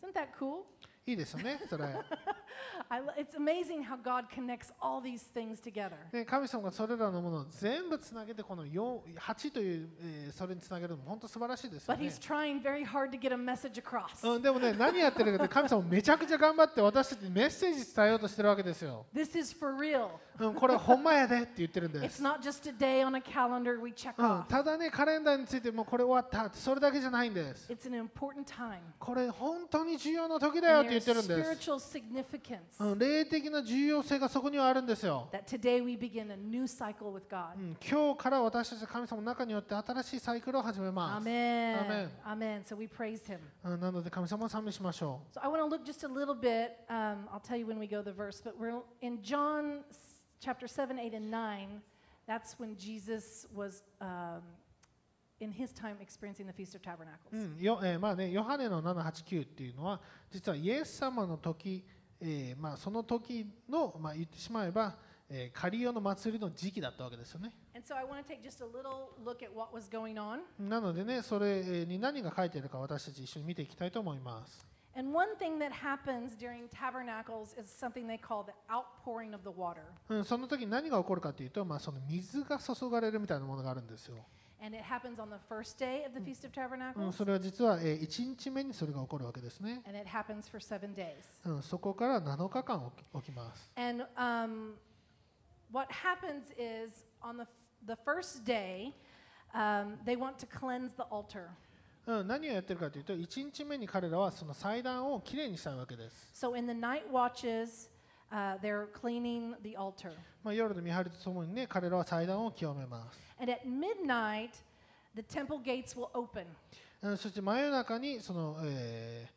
Speaker 1: Isn't that cool?
Speaker 2: いいですよねそれ、
Speaker 1: I lo- it's amazing how God connects all these things together.
Speaker 2: ね、神様がそれらのものを全部つなげてこの4 8という、えーそれにつなげるのも本当素晴らしいですよ
Speaker 1: But
Speaker 2: ね
Speaker 1: He's trying very hard to get a message across.
Speaker 2: うん、でも ね、何やってるかって神様めちゃくちゃ頑張って私たちにメッセージ伝えようとしてるわけですよ。
Speaker 1: This is for real.
Speaker 2: うん、これほんまやでって言ってるんで
Speaker 1: It's
Speaker 2: す。
Speaker 1: not just a day on a calendar we check
Speaker 2: うん、
Speaker 1: off.
Speaker 2: ただね、カレンダーについてもうこれ終わったってそれだけじゃないんです。
Speaker 1: It's an important time.
Speaker 2: これ本当に重要な時だよっ
Speaker 1: And
Speaker 2: て
Speaker 1: there
Speaker 2: 言っ
Speaker 1: is
Speaker 2: てるんです。
Speaker 1: spiritual significance
Speaker 2: うん、霊的な重要性がそこにはあるんですよ。
Speaker 1: that today we begin a new cycle with God.
Speaker 2: うん、今日から私たち神様の中によって新しいサイクルを始めます。
Speaker 1: Amen.
Speaker 2: Amen.
Speaker 1: Amen. So we praise Him.
Speaker 2: うん、なので神様を賛美しましょ
Speaker 1: So I want to look just a little bit. Um, I'll tell you when we go the verse, but we're in John s- chapter 7, 8, and 9. That's when Jesus was, um, in his time, experiencing the Feast of
Speaker 2: う。う
Speaker 1: Tabernacles.
Speaker 2: んよえーまあね、ヨハネの7、8、9っていうのは実はイエス様の時、えーまあ、その時の、まあ、言ってしまえば、えー、カリオの祭りの時期だったわけですよね。
Speaker 1: And so I want to take just a little look at what was going on.
Speaker 2: なのでね、それえーに何が書いてあるか私たち一緒に見ていきたいと思います。
Speaker 1: And one thing that happens during Tabernacles is something they call the outpouring of the water.
Speaker 2: うん、その時に何が起こるかというと、まあ、その水が注がれるみたいなものがあるんですよ。
Speaker 1: And it happens on the first day of the Feast of
Speaker 2: うん
Speaker 1: Tabernacles,
Speaker 2: それは実は、え1日目にそれが起こるわけですね。
Speaker 1: and it happens for seven days.
Speaker 2: うん、そこから7日間起き起きます。
Speaker 1: And um, what happens is on the, f- the first day, um, they want to cleanse the altar.
Speaker 2: うん、何をやってるかというと、1日目に彼らはその祭壇をきれいにしたいわけです。
Speaker 1: So in the night watches, uh, they're cleaning the altar.
Speaker 2: まあ、夜の見張りとともにね、彼らは祭壇を清めます。
Speaker 1: And at midnight, the temple gates will open.
Speaker 2: うん、そして真夜中にその、え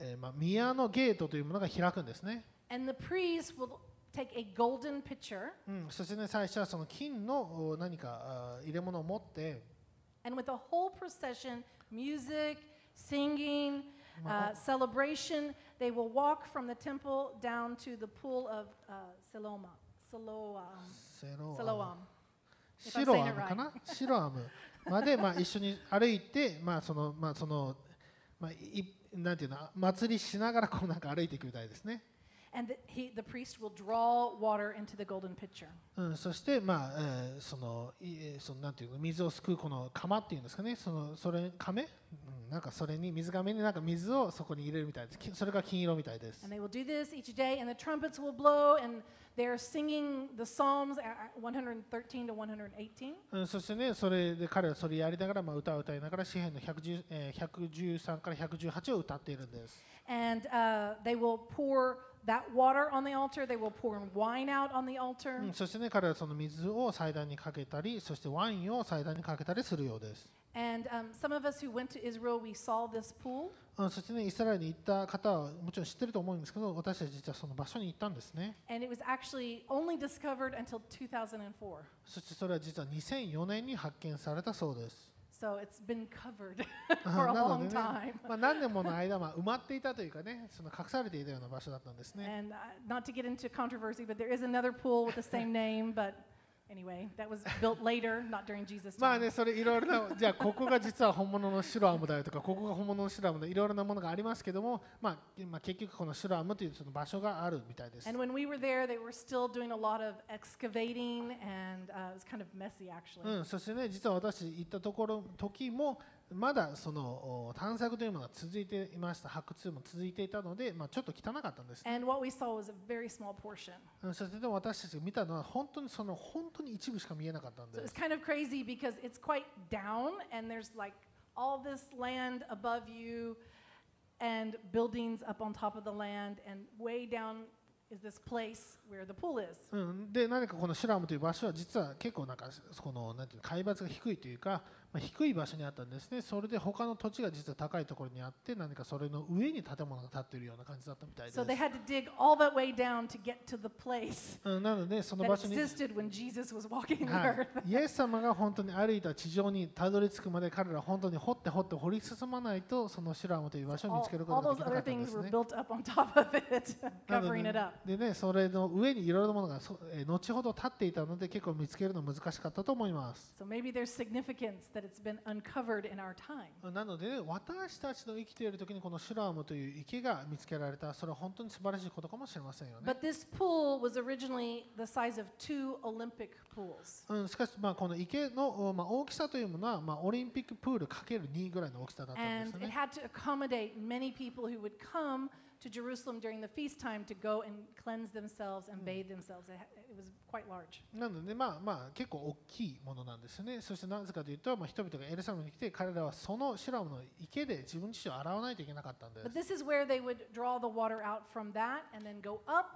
Speaker 2: ーえーまあ、宮のゲートというものが開くんですね。
Speaker 1: And the priests will take a golden pitcher,
Speaker 2: うん、そしてね最初はその金のお何かあー入れ物を持って
Speaker 1: and with a whole procession, music, singing,
Speaker 2: Ma-
Speaker 1: uh, celebration, they will walk from the temple down to the pool of uh, Siloam. Siloam.
Speaker 2: セロアム
Speaker 1: Siloam.
Speaker 2: シロアムか なシロアムまで、まあ、一緒に歩いて、まあそのまあそのまあ、いなんていうの祭りしながらこうなんか歩いていくみたいですね、
Speaker 1: And the, he, the priest will draw water into the golden pitcher.
Speaker 2: うん、そして、まあえーそのいえーそのなんていうの水をすくうこの釜っていうんですかねそのそれ亀、うん、なんかそれに水亀になんか水をそこに入れるみたいですきそれが金色みたいです
Speaker 1: And they will do this each day, and the trumpets will blow, and they're singing the Psalms uh, uh, 113 to 118.
Speaker 2: うん、そしてね、それで彼はそれやりながら、まあ、歌を歌いながら、詩篇の110、えー113から118を歌っているんです。
Speaker 1: And uh, they will pour that water on the altar, they will pour wine out on the
Speaker 2: う
Speaker 1: altar,
Speaker 2: ん、そしてね、彼はその水を祭壇にかけたり、そしてワインを祭壇にかけたりするようです。
Speaker 1: and um, some of us who went to Israel, we saw this pool.
Speaker 2: うん、そしてね、イスラエルに行った方はもちろん知ってると思うんですけど、私たち実はその場所に行ったんですね。
Speaker 1: And it was actually only discovered until 2004.
Speaker 2: そしてそれは実は2004年に発見されたそうです。
Speaker 1: So it's been covered
Speaker 2: うん
Speaker 1: for
Speaker 2: な
Speaker 1: a
Speaker 2: の
Speaker 1: long
Speaker 2: でね、ま
Speaker 1: time.
Speaker 2: あ、何年もの間、まあ、埋まっていたというかね、その隠されていたような場所だったんですね。
Speaker 1: And uh, not to get into controversy, but there is another pool with the same name. But anyway, that was built later, not during Jesus'
Speaker 2: まあ
Speaker 1: time.
Speaker 2: ねそれいろいろなじゃあここが実は本物のシロアムだよとかここが本物のシロアムだよいろいろなものがありますけども、まあ、まあ結局このシロアムというその場所があるみたいです
Speaker 1: And when we were there, they were still doing a lot of excavating, and uh, it was kind of messy, actually.
Speaker 2: うん、そしてね実は私行ったところ時もまだそのお探索というものが続いていました発掘も続いていたので、まあ、ちょっと汚かったんです、
Speaker 1: And what we saw was a very small portion.
Speaker 2: うん、そしてでも私たちが見たのは本当にその本当に一部しか見えなかったん
Speaker 1: So
Speaker 2: で
Speaker 1: it's
Speaker 2: す
Speaker 1: kind of crazy because it's quite down, and there's like all this land above you, and buildings up on top of the land, and way down is this place where the pool is.
Speaker 2: うん、で何かこのシュラムという場所は実は結構なんかこのなんていうの海抜が低いというか、まあ、低い場所にあったんですねそれで他の土地が実は高いところにあって何かそれの上に建物が建っているような感じだったみたいです、
Speaker 1: So they had to dig all that way down to get to the place
Speaker 2: うん、なのでその
Speaker 1: that
Speaker 2: 場所に、
Speaker 1: existed when Jesus was walking the
Speaker 2: は
Speaker 1: earth.
Speaker 2: い、イエス様が本当に歩いた地上にたどり着くまで彼らは本当に掘って掘って掘り進まないとそのシュラムという場所を見
Speaker 1: All,
Speaker 2: つけるこ
Speaker 1: all
Speaker 2: とが
Speaker 1: those
Speaker 2: できな
Speaker 1: other things
Speaker 2: かったんです
Speaker 1: were
Speaker 2: ね
Speaker 1: built up on top of it,
Speaker 2: なの
Speaker 1: covering it up.
Speaker 2: ででねそれの上にいろいろなものがそえー後ほど立っていたので結構見つけるの難しかったと思います
Speaker 1: So maybe there's significance that it's been uncovered in our time.
Speaker 2: なのでね、私たちの生きている時にこのシュラームという池が見つけられたそれは本当に素晴らしいことかもしれませんよね。
Speaker 1: But this pool was originally the size of two Olympic pools.
Speaker 2: うん、しかし、まあ、この池の、おまあ、大きさというものは、まあ、オリンピックプール ×2 ぐらいの大きさだったん
Speaker 1: And
Speaker 2: です
Speaker 1: it
Speaker 2: ね。
Speaker 1: had to accommodate many people who would come to Jerusalem during the feast time to go and cleanse themselves and bathe themselves. It, ha- it was quite large.
Speaker 2: なので、まあまあ、結構大きいものなんですよね。そしてなぜかというと、まあ、人々がエルサレムに来て彼らはそのシュラームの池で自分自身を洗わないといけなかったんです
Speaker 1: But。this is where they would draw the water out from that and then go up,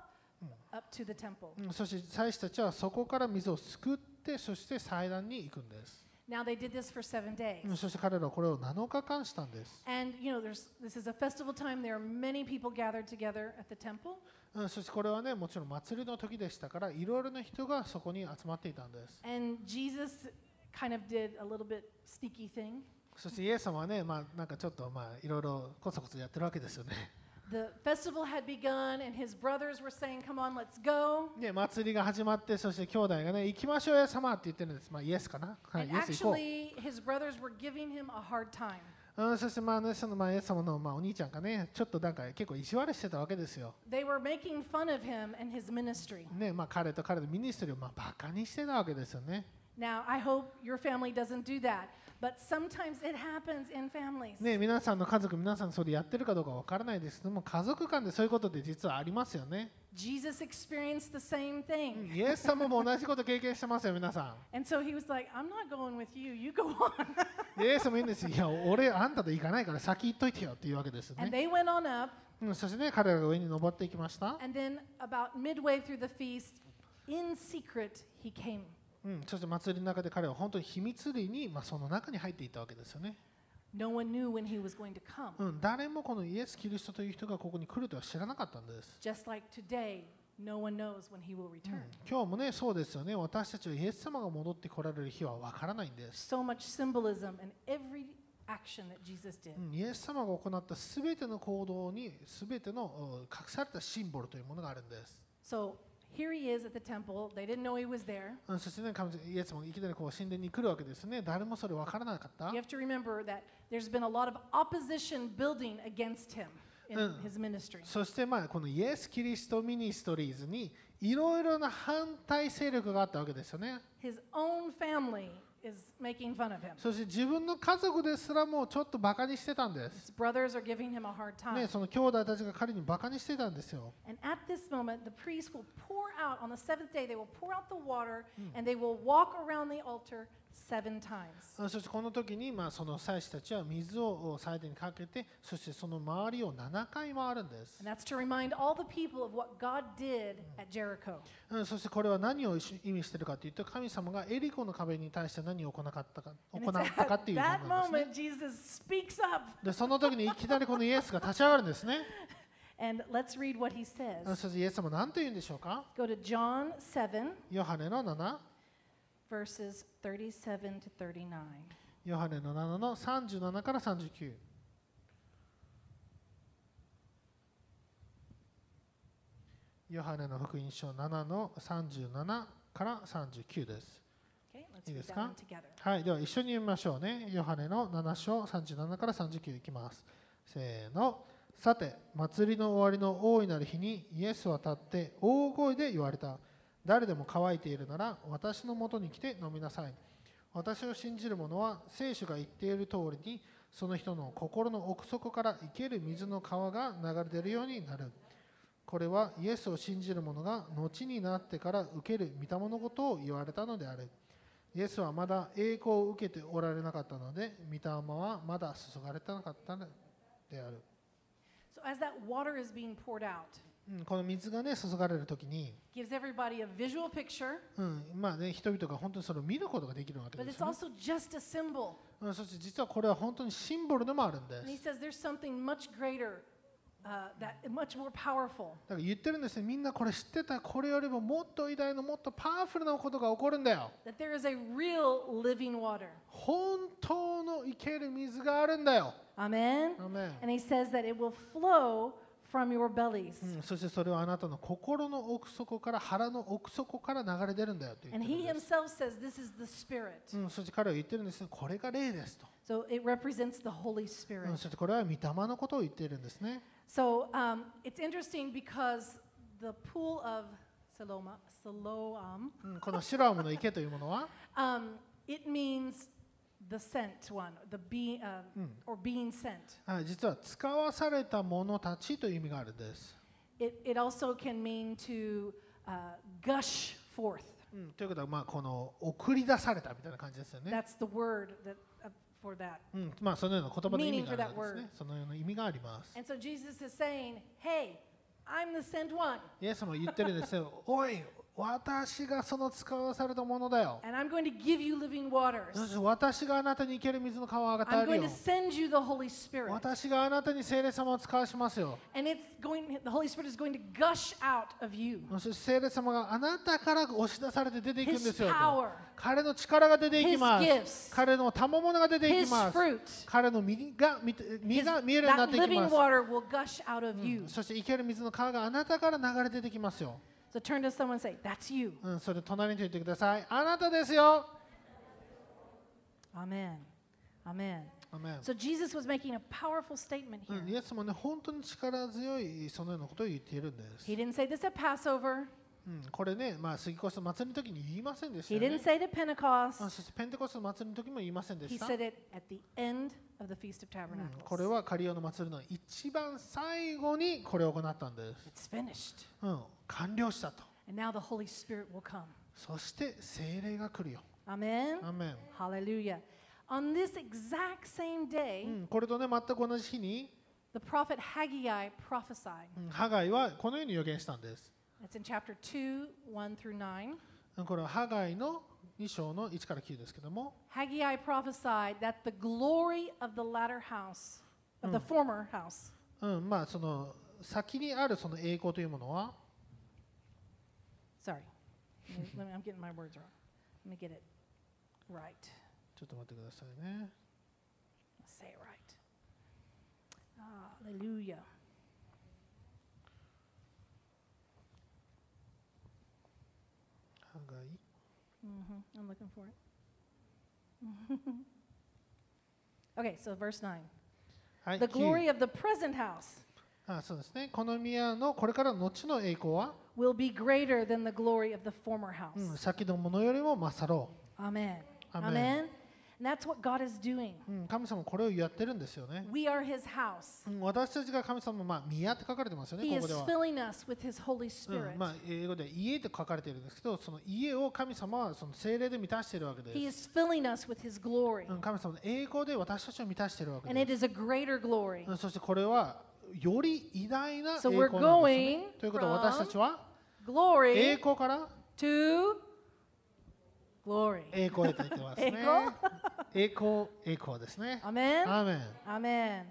Speaker 1: up to the temple.
Speaker 2: うん、そして祭司たちはそこから水をすくってそして祭壇に行くんです。
Speaker 1: Now they did this for seven days.
Speaker 2: うんそして彼らはこれを7日間したんです。
Speaker 1: And you know, there's this is a festival time. There are many people gathered together at the temple.
Speaker 2: うん、そしてこれはねもちろん祭りの時でしたからいろいろな人がそこに集まっていたんです
Speaker 1: And Jesus kind of did a little bit sneaky thing.
Speaker 2: そしてイエス様はねまあなんかちょっとまあいろいろコツコツやってるわけですよね
Speaker 1: The festival had begun, and his brothers were saying, "Come on, let's go."
Speaker 2: で祭りが始まってそして兄弟がね行きましょうイエス様って言ってるんですまあイエスかな、はい、
Speaker 1: And
Speaker 2: イエス行こ
Speaker 1: actually, his brothers were giving him a hard time.
Speaker 2: う、うん、そしてまあねそのまあイエス様のまあお兄ちゃんがねちょっとなんか結構意地悪してたわけですよ
Speaker 1: They were making fun of him and his ministry.
Speaker 2: ねまあ彼と彼のミニストリーをまあバカにしてたわけですよね
Speaker 1: Now, I hope your family doesn't do that, but sometimes it happens in families.
Speaker 2: ね皆さんの家族皆さんそれやってるかどうかわからないですけども家族間でそういうことって実はありますよね
Speaker 1: Jesus experienced the same thing.
Speaker 2: イエス様も同じこと経験してますよ、皆さ
Speaker 1: And so he was like, I'm not going with you, you go on.
Speaker 2: ん。イエスもいいんですよ。いや、俺、あんたと行かないから先行っといてよっていうわけですよ
Speaker 1: And
Speaker 2: ね。
Speaker 1: they went on up,
Speaker 2: うん、そしてね、彼らが上に登っていきました。
Speaker 1: and then about midway through the feast, in secret, he came.
Speaker 2: うん、そして祭りの中で彼は本当に秘密裏に、まあ、その中に入っていったわけですよね。
Speaker 1: No one knew when he was going to come.
Speaker 2: うん、誰もこのイエス・キリストという人がここに来るとは知らなかったんです。
Speaker 1: Just like today, no one knows when he will return.
Speaker 2: 今日もね、そうですよね。私たちはイエス様が戻って来られる日はわからないんです。
Speaker 1: So much symbolism in every action that Jesus did.
Speaker 2: うん、イエス様が行ったすべての行動に、すべてのうん隠されたシンボルというものがあるんです。
Speaker 1: So here he is at the temple. They didn't know he was there.
Speaker 2: うんそしてね、神様イエスもいきなりこう神殿に来るわけですね。誰もそれ分からなかった
Speaker 1: You。have to remember that there's been a lot of opposition building against him in
Speaker 2: Mm.
Speaker 1: his ministry.
Speaker 2: そしてまあこのイエス・キリスト・ミニストリーズにいろいろな反対勢力があったわけですよね。
Speaker 1: His own family is making fun of him.
Speaker 2: そして自分の家族ですらもちょっとバカにしてたんです。
Speaker 1: His brothers are giving him a hard time.
Speaker 2: ね、その兄弟たちが彼にバカにしてたんですよ。
Speaker 1: And at this moment, the priests will pour out, on the seventh day, they will pour out the water and they will walk around the altar seven times.
Speaker 2: うんそしてこの時にまあその祭司たちは水を祭壇にかけて、そしてその周りを7回回るんです
Speaker 1: And。that's to remind all the people of what God did at Jericho.
Speaker 2: うん、そしてこれは何を意味しているかというと、神様がエリコの壁に対して何を行ったか
Speaker 1: And
Speaker 2: 行
Speaker 1: it's
Speaker 2: ったかっ
Speaker 1: at
Speaker 2: ていうものなん
Speaker 1: that
Speaker 2: ですね
Speaker 1: moment,。Jesus speaks up.
Speaker 2: でその時にいきなりこのイエスが立ち上がるんですね。
Speaker 1: And let's read what he
Speaker 2: あ
Speaker 1: says.
Speaker 2: のそしてイエス様何と言うんでしょうか
Speaker 1: Go to John 7,
Speaker 2: ヨハネの7、
Speaker 1: verses 37 to 39.
Speaker 2: ヨハネの7の37から39。ヨハネの福音書7の37から39です。
Speaker 1: Okay, let's
Speaker 2: いいで
Speaker 1: read
Speaker 2: す
Speaker 1: that
Speaker 2: か
Speaker 1: one together.
Speaker 2: はい、では一緒に読みましょうね。ヨハネの7章37から39いきます。せーの。さて、祭りの終わりの大いなる日にイエスは立って大声で言われた。誰でも乾いているなら私のもとに来て飲みなさい。私を信じる者は聖書が言っている通りにその人の心の奥底から生ける水の川が流れ出るようになる。これはイエスを信じる者が後になってから受ける御霊のことを言われたのである。イエスはまだ栄光を受けておられなかったので、御霊はまだ注がれてなかったのである。
Speaker 1: So, as that water is being poured out,
Speaker 2: うん、この水がね注がれる時に、
Speaker 1: gives everybody a visual picture,
Speaker 2: うんまあね、人々が本当にそれを見ることができるわけ
Speaker 1: but
Speaker 2: で
Speaker 1: it's
Speaker 2: す、
Speaker 1: also
Speaker 2: ね
Speaker 1: just a symbol.
Speaker 2: うん。そして実はこれは本当にシンボルでもあるんで
Speaker 1: And he
Speaker 2: す。
Speaker 1: says there's something much greater, uh, that much more powerful.
Speaker 2: だから言ってるんですね、みんなこれ知ってた、これよりももっと偉大な、もっとパワフルなことが起こるんだよ。
Speaker 1: That there is a real living water.
Speaker 2: 本当の生ける水があるんだよ。
Speaker 1: Amen.
Speaker 2: アメン
Speaker 1: And he says that it will flow from your bellies.
Speaker 2: うん、そしてそれはあなたの心の奥底から腹の奥底から流れ出るんだよと言っ
Speaker 1: And
Speaker 2: てるん
Speaker 1: he
Speaker 2: です、
Speaker 1: himself says this is the Spirit.
Speaker 2: うん、そして彼は言ってるんですねこれが霊ですと、
Speaker 1: So it represents the Holy
Speaker 2: う
Speaker 1: Spirit.
Speaker 2: ん、そしてこれは御霊のことを言っているんですね、
Speaker 1: So um, it's interesting because the pool of Saloma, Siloam,
Speaker 2: うん、このシロアムの池というものは、
Speaker 1: um, it means the sent one, the be, uh,
Speaker 2: うん、
Speaker 1: or being sent.
Speaker 2: あ実は使わされた者たちという意味があるんです、
Speaker 1: It, it also can mean to uh, gush forth.
Speaker 2: うん、ということはまあこの送り出されたみたいな感じですよね、
Speaker 1: That's the word that, uh, for that.
Speaker 2: うんまあ、そのような言葉の意味が
Speaker 1: Meaning
Speaker 2: ある
Speaker 1: for
Speaker 2: ん
Speaker 1: that word.
Speaker 2: ですねそのような意味があります
Speaker 1: And so Jesus is saying, hey, I'm the sent one,
Speaker 2: イエスも 言ってるんですよおい私がその使わされたものだよ
Speaker 1: and I'm going to give you living waters.
Speaker 2: そして私があなたに生ける水の川を与
Speaker 1: I'm
Speaker 2: える
Speaker 1: going to
Speaker 2: よ
Speaker 1: send you the Holy Spirit.
Speaker 2: 私があなたに聖霊様を使わしますよ。
Speaker 1: And it's going, the Holy Spirit is going to gush out of you.
Speaker 2: そして聖霊様があなたから押し出されて出ていくんで
Speaker 1: His
Speaker 2: すよと。
Speaker 1: power,
Speaker 2: 彼の力が出ていき
Speaker 1: His
Speaker 2: ます
Speaker 1: gifts,。
Speaker 2: 彼の賜物が出てい
Speaker 1: His
Speaker 2: きます。
Speaker 1: fruit.
Speaker 2: 彼の身が見て身
Speaker 1: His-
Speaker 2: が見えるようになっ
Speaker 1: that
Speaker 2: ていき
Speaker 1: living
Speaker 2: ます。
Speaker 1: water will gush out of
Speaker 2: う
Speaker 1: you.
Speaker 2: んそして生ける水の川があなたから流れ出てきますよ。
Speaker 1: So turn to someone and say, That's you.
Speaker 2: うん、それ隣に言ってください。あなたですよ。
Speaker 1: Amen. Amen.
Speaker 2: アメン
Speaker 1: So Jesus was making a powerful statement
Speaker 2: う
Speaker 1: here.
Speaker 2: んイエスもね、本当に力強いそのようなことを言っているんです。
Speaker 1: He didn't say this at Passover,
Speaker 2: うん、これね、まあ、杉越の祭りの時に言いませんでした、
Speaker 1: he
Speaker 2: ね。
Speaker 1: didn't say it at
Speaker 2: あ
Speaker 1: Pentecost.
Speaker 2: そしてペンテコステの祭りの時も言いませんで
Speaker 1: He
Speaker 2: した。
Speaker 1: said it Mm, at the end of the Feast of
Speaker 2: うんこれ
Speaker 1: Tabernacles.
Speaker 2: はカリオの祭りの一番最後にこれを行ったんです。
Speaker 1: It's finished.
Speaker 2: うん、完了したと。
Speaker 1: And now the Holy Spirit will come.
Speaker 2: そして聖霊が来るよ。
Speaker 1: Amen.
Speaker 2: アーメ
Speaker 1: Hallelujah. On this exact same day,
Speaker 2: ン。うん、これとね、全く同じ日に、
Speaker 1: the prophet Haggai prophesied.
Speaker 2: うんハガイはこのように予言したんです。
Speaker 1: It's in chapter 2, 1 through 9.
Speaker 2: うんこれはハガイの2章の1から9ですけども、
Speaker 1: Haggai prophesied that the glory of the latter house, of the former house,
Speaker 2: うん、まあその先にあるその栄光というものは、
Speaker 1: sorry, Let me- let me- I'm getting my words wrong. Let me get it right.
Speaker 2: ちょっと待ってくださいね。
Speaker 1: Let's say it right. Hallelujah.
Speaker 2: ハガイ。
Speaker 1: hmm I'm looking for it. okay, so verse 9.
Speaker 2: はい、
Speaker 1: The
Speaker 2: 9
Speaker 1: glory of the present house
Speaker 2: あそうですね。この宮のこれからの後の栄光は、
Speaker 1: will be greater than the glory of the former
Speaker 2: うん、
Speaker 1: house.
Speaker 2: 先のものよりも勝ろう。
Speaker 1: Amen.
Speaker 2: Mm. Amen.
Speaker 1: And that's what God is doing.
Speaker 2: うん、神様これをやってるんですよね。
Speaker 1: We are his house.
Speaker 2: うん私たちが神様、まあ、宮って書かれてますよね、
Speaker 1: He
Speaker 2: こ
Speaker 1: is
Speaker 2: こでは。
Speaker 1: filling us with his Holy
Speaker 2: う
Speaker 1: Spirit.
Speaker 2: んまあ、英語で家と書かれているんですけど、その家を神様はその精霊で満たしているわけで
Speaker 1: He is
Speaker 2: す。
Speaker 1: filling us with his glory.
Speaker 2: うん神様の栄光で私たちを満たしているわけ
Speaker 1: And
Speaker 2: で
Speaker 1: it is
Speaker 2: す。
Speaker 1: a greater glory.
Speaker 2: うんそしてこれはより偉大な栄
Speaker 1: So
Speaker 2: 光
Speaker 1: we're
Speaker 2: なんです、ね
Speaker 1: going。
Speaker 2: ということは私たちは栄
Speaker 1: Glory
Speaker 2: 光から
Speaker 1: to glory.
Speaker 2: 栄光へと言ってますね。栄光栄光ですね。
Speaker 1: Amen.
Speaker 2: アーメン
Speaker 1: Amen.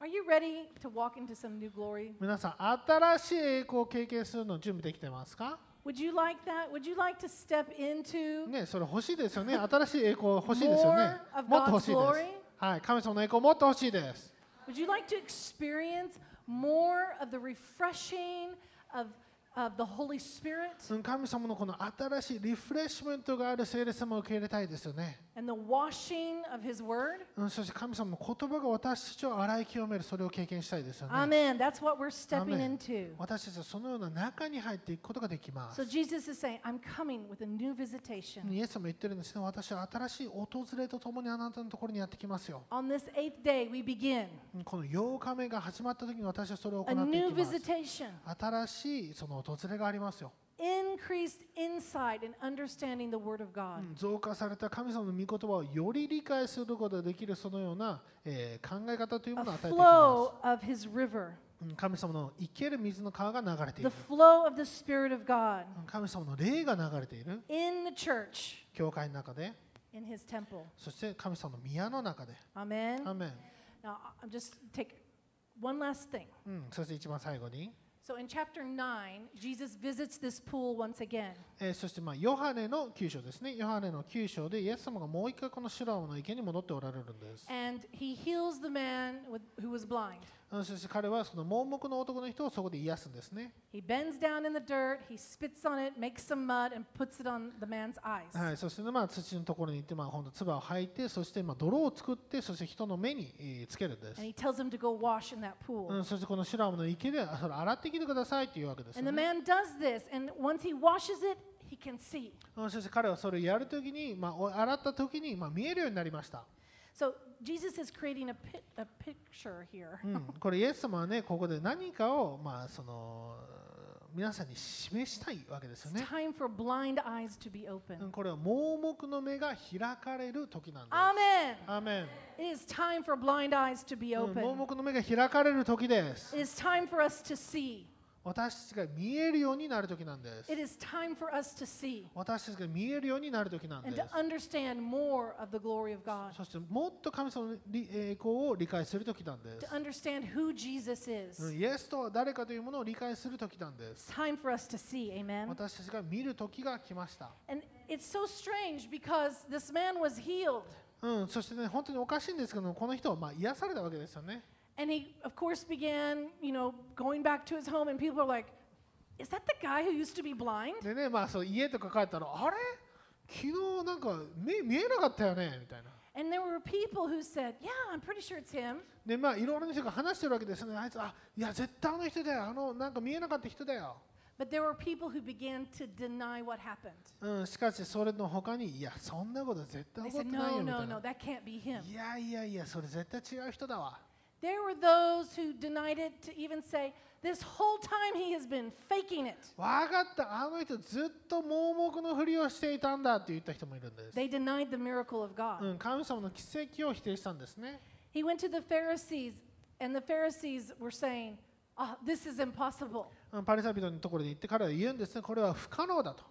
Speaker 1: Are you ready to walk into some new glory?
Speaker 2: 皆さん、新しい栄光を経験するの準備できてますか
Speaker 1: Would you like that? Would you like to step into
Speaker 2: ね、それ欲しいですよね。 新しい栄光欲しいですよね
Speaker 1: More。of
Speaker 2: もっと欲しい
Speaker 1: God's
Speaker 2: です
Speaker 1: glory?。
Speaker 2: はい、神様の栄光もっと欲しいです。
Speaker 1: Would you like to experience more of the refreshing of, of the Holy Spirit
Speaker 2: うん神様のこの新しいリフレッシュメントがある聖霊様を受け入れたいですよね。
Speaker 1: and the washing of His Word?
Speaker 2: うんそして神様の言葉が私たちを洗い清める、それを経験したいですよね。
Speaker 1: Amen. That's what we're stepping
Speaker 2: Amen.
Speaker 1: into.
Speaker 2: 私たちはそのような中に入っていくことができま
Speaker 1: So
Speaker 2: す。
Speaker 1: Jesus is saying, I'm coming with a new visitation.
Speaker 2: イエスも言ってるんですね。私は新しい訪れとともにあなたのところにやってきますよ。
Speaker 1: On this eighth day, we begin
Speaker 2: うんこの8日目が始まった時に私はそれを行
Speaker 1: a
Speaker 2: ってい
Speaker 1: new
Speaker 2: きます。
Speaker 1: visitation,
Speaker 2: 新しいその訪れがありますよ。
Speaker 1: increased insight and understanding the Word of God.
Speaker 2: うん増加された神様の御言葉をより理解することができるそのような、えー考え方というも
Speaker 1: A
Speaker 2: のを与えていき
Speaker 1: flow of his
Speaker 2: ま
Speaker 1: river.
Speaker 2: す、うん神様の生ける水の川が流れて
Speaker 1: the
Speaker 2: いる
Speaker 1: flow of the Spirit of God
Speaker 2: うん神様の霊が流れている
Speaker 1: in the church,
Speaker 2: 教会の中で
Speaker 1: in His temple.
Speaker 2: そして神様の宮の中で
Speaker 1: Amen.
Speaker 2: アーメン、
Speaker 1: Now, I- I'm just take one last thing.
Speaker 2: うん、そして一番最後に、
Speaker 1: So in chapter 9, Jesus visits this pool once again.
Speaker 2: えーそしてまあヨハネの9章ですねヨハネの9章でイエス様がもう一回このシュラムの池に戻っておられるんです
Speaker 1: And he heals the man with, who was blind.
Speaker 2: うんそして彼はその盲目の男の人をそこで癒すんですね、
Speaker 1: He bends down in the dirt, he spits on it, makes some mud, and puts it on the man's eyes.
Speaker 2: はい、そして、まあ、土のところに行って、まあ、ほんと唾を吐いてそして、まあ、泥を作ってそして人の目に、えーつけるんです
Speaker 1: And he tells him to go wash in that
Speaker 2: う
Speaker 1: pool.
Speaker 2: ん、そしてこのシュラムの池であそれ洗ってきてくださいというわけですよ
Speaker 1: And the
Speaker 2: ね。
Speaker 1: man does this, and once he washes it, he can see.
Speaker 2: うん、そして彼はそれをやるときに、まあお、洗ったときに、まあ、見えるようになりました。
Speaker 1: So Jesus is creating a, pit, a picture here.
Speaker 2: うん、これイエス様はね、ここで何かを、まあ、その皆さんに示したいわけですよ
Speaker 1: It's
Speaker 2: ね。
Speaker 1: time for blind eyes to be
Speaker 2: うん、
Speaker 1: open.
Speaker 2: これは盲目の目が開かれる時なんです。
Speaker 1: Amen.
Speaker 2: アーメン
Speaker 1: It is time for blind eyes to be
Speaker 2: うん、盲
Speaker 1: open.
Speaker 2: 目の目が開かれる時です
Speaker 1: It。is time for us to see.
Speaker 2: 私たちが見えるようになる時なんです
Speaker 1: It。is time for us to see
Speaker 2: 私たちが見えるようになる時なんで
Speaker 1: and
Speaker 2: す
Speaker 1: to。understand more of the glory of God,
Speaker 2: そしてもっと神様のり栄光を理解する時なんです
Speaker 1: to。understand who Jesus
Speaker 2: う
Speaker 1: is.
Speaker 2: んイエスとは誰かというものを理解する時なんで
Speaker 1: It's
Speaker 2: す。
Speaker 1: time for us to see. Amen.
Speaker 2: 私たちが見る時が来ました。
Speaker 1: And it's so strange because this man was healed.
Speaker 2: うん、そしてね、本当におかしいんですけども、この人はまあ癒されたわけですよね。
Speaker 1: And he, of course, began, you know, going back to his home, and people are like, Is that the guy who used to be blind?
Speaker 2: でね、まあ、そう家とか帰ったら、あれ昨日なんか目見えなかったよねみたいな。
Speaker 1: And there were people who said, Yeah, I'm pretty sure it's him.
Speaker 2: で、まあ、いろんな人が話してるわけですよね。あいつ、あいや、絶対あの人だよ。あの、なんか見えなかった人だよ。
Speaker 1: But there were people who began to deny what happened.
Speaker 2: うん、しかし、それの他に、いや、そんなこと絶対
Speaker 1: They
Speaker 2: 起こっ
Speaker 1: said,
Speaker 2: てない
Speaker 1: No,
Speaker 2: よみた
Speaker 1: no, no,
Speaker 2: いな。
Speaker 1: that can't be him.
Speaker 2: いやいやいや、それ絶対違う人だわ。
Speaker 1: There were those who denied it to even say, This whole time he has been faking it.
Speaker 2: わかった、あの人ずっと盲目のふりをしていたんだって言った人もいるんです。
Speaker 1: They denied the miracle of God.
Speaker 2: うん、神様の奇跡を否定したんですね。
Speaker 1: He went to the Pharisees, and the Pharisees were saying, Ah, This is impossible.
Speaker 2: うんパリサ人のところに行って彼は言うんですね、これは不可能だと。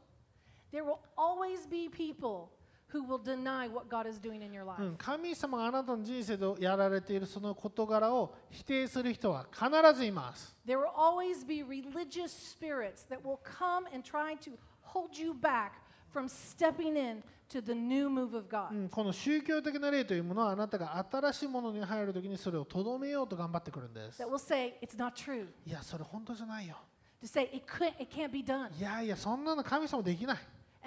Speaker 1: There will always be people who will deny what God is doing in your life.
Speaker 2: うん、神様があなたの人生でやられているその事柄を否定する人は必ずいます。
Speaker 1: There will always be religious spirits that will come and try to hold you back from stepping in to the new move of
Speaker 2: う
Speaker 1: God.
Speaker 2: ん、この宗教的な例というものはあなたが新しいものに入るときにそれをとどめようと頑張ってくるんです。
Speaker 1: That will say, It's not true.
Speaker 2: いや、それ本当じゃないよ。
Speaker 1: To say, It, could, it can't be done.
Speaker 2: いやいや、そんなの神様できない。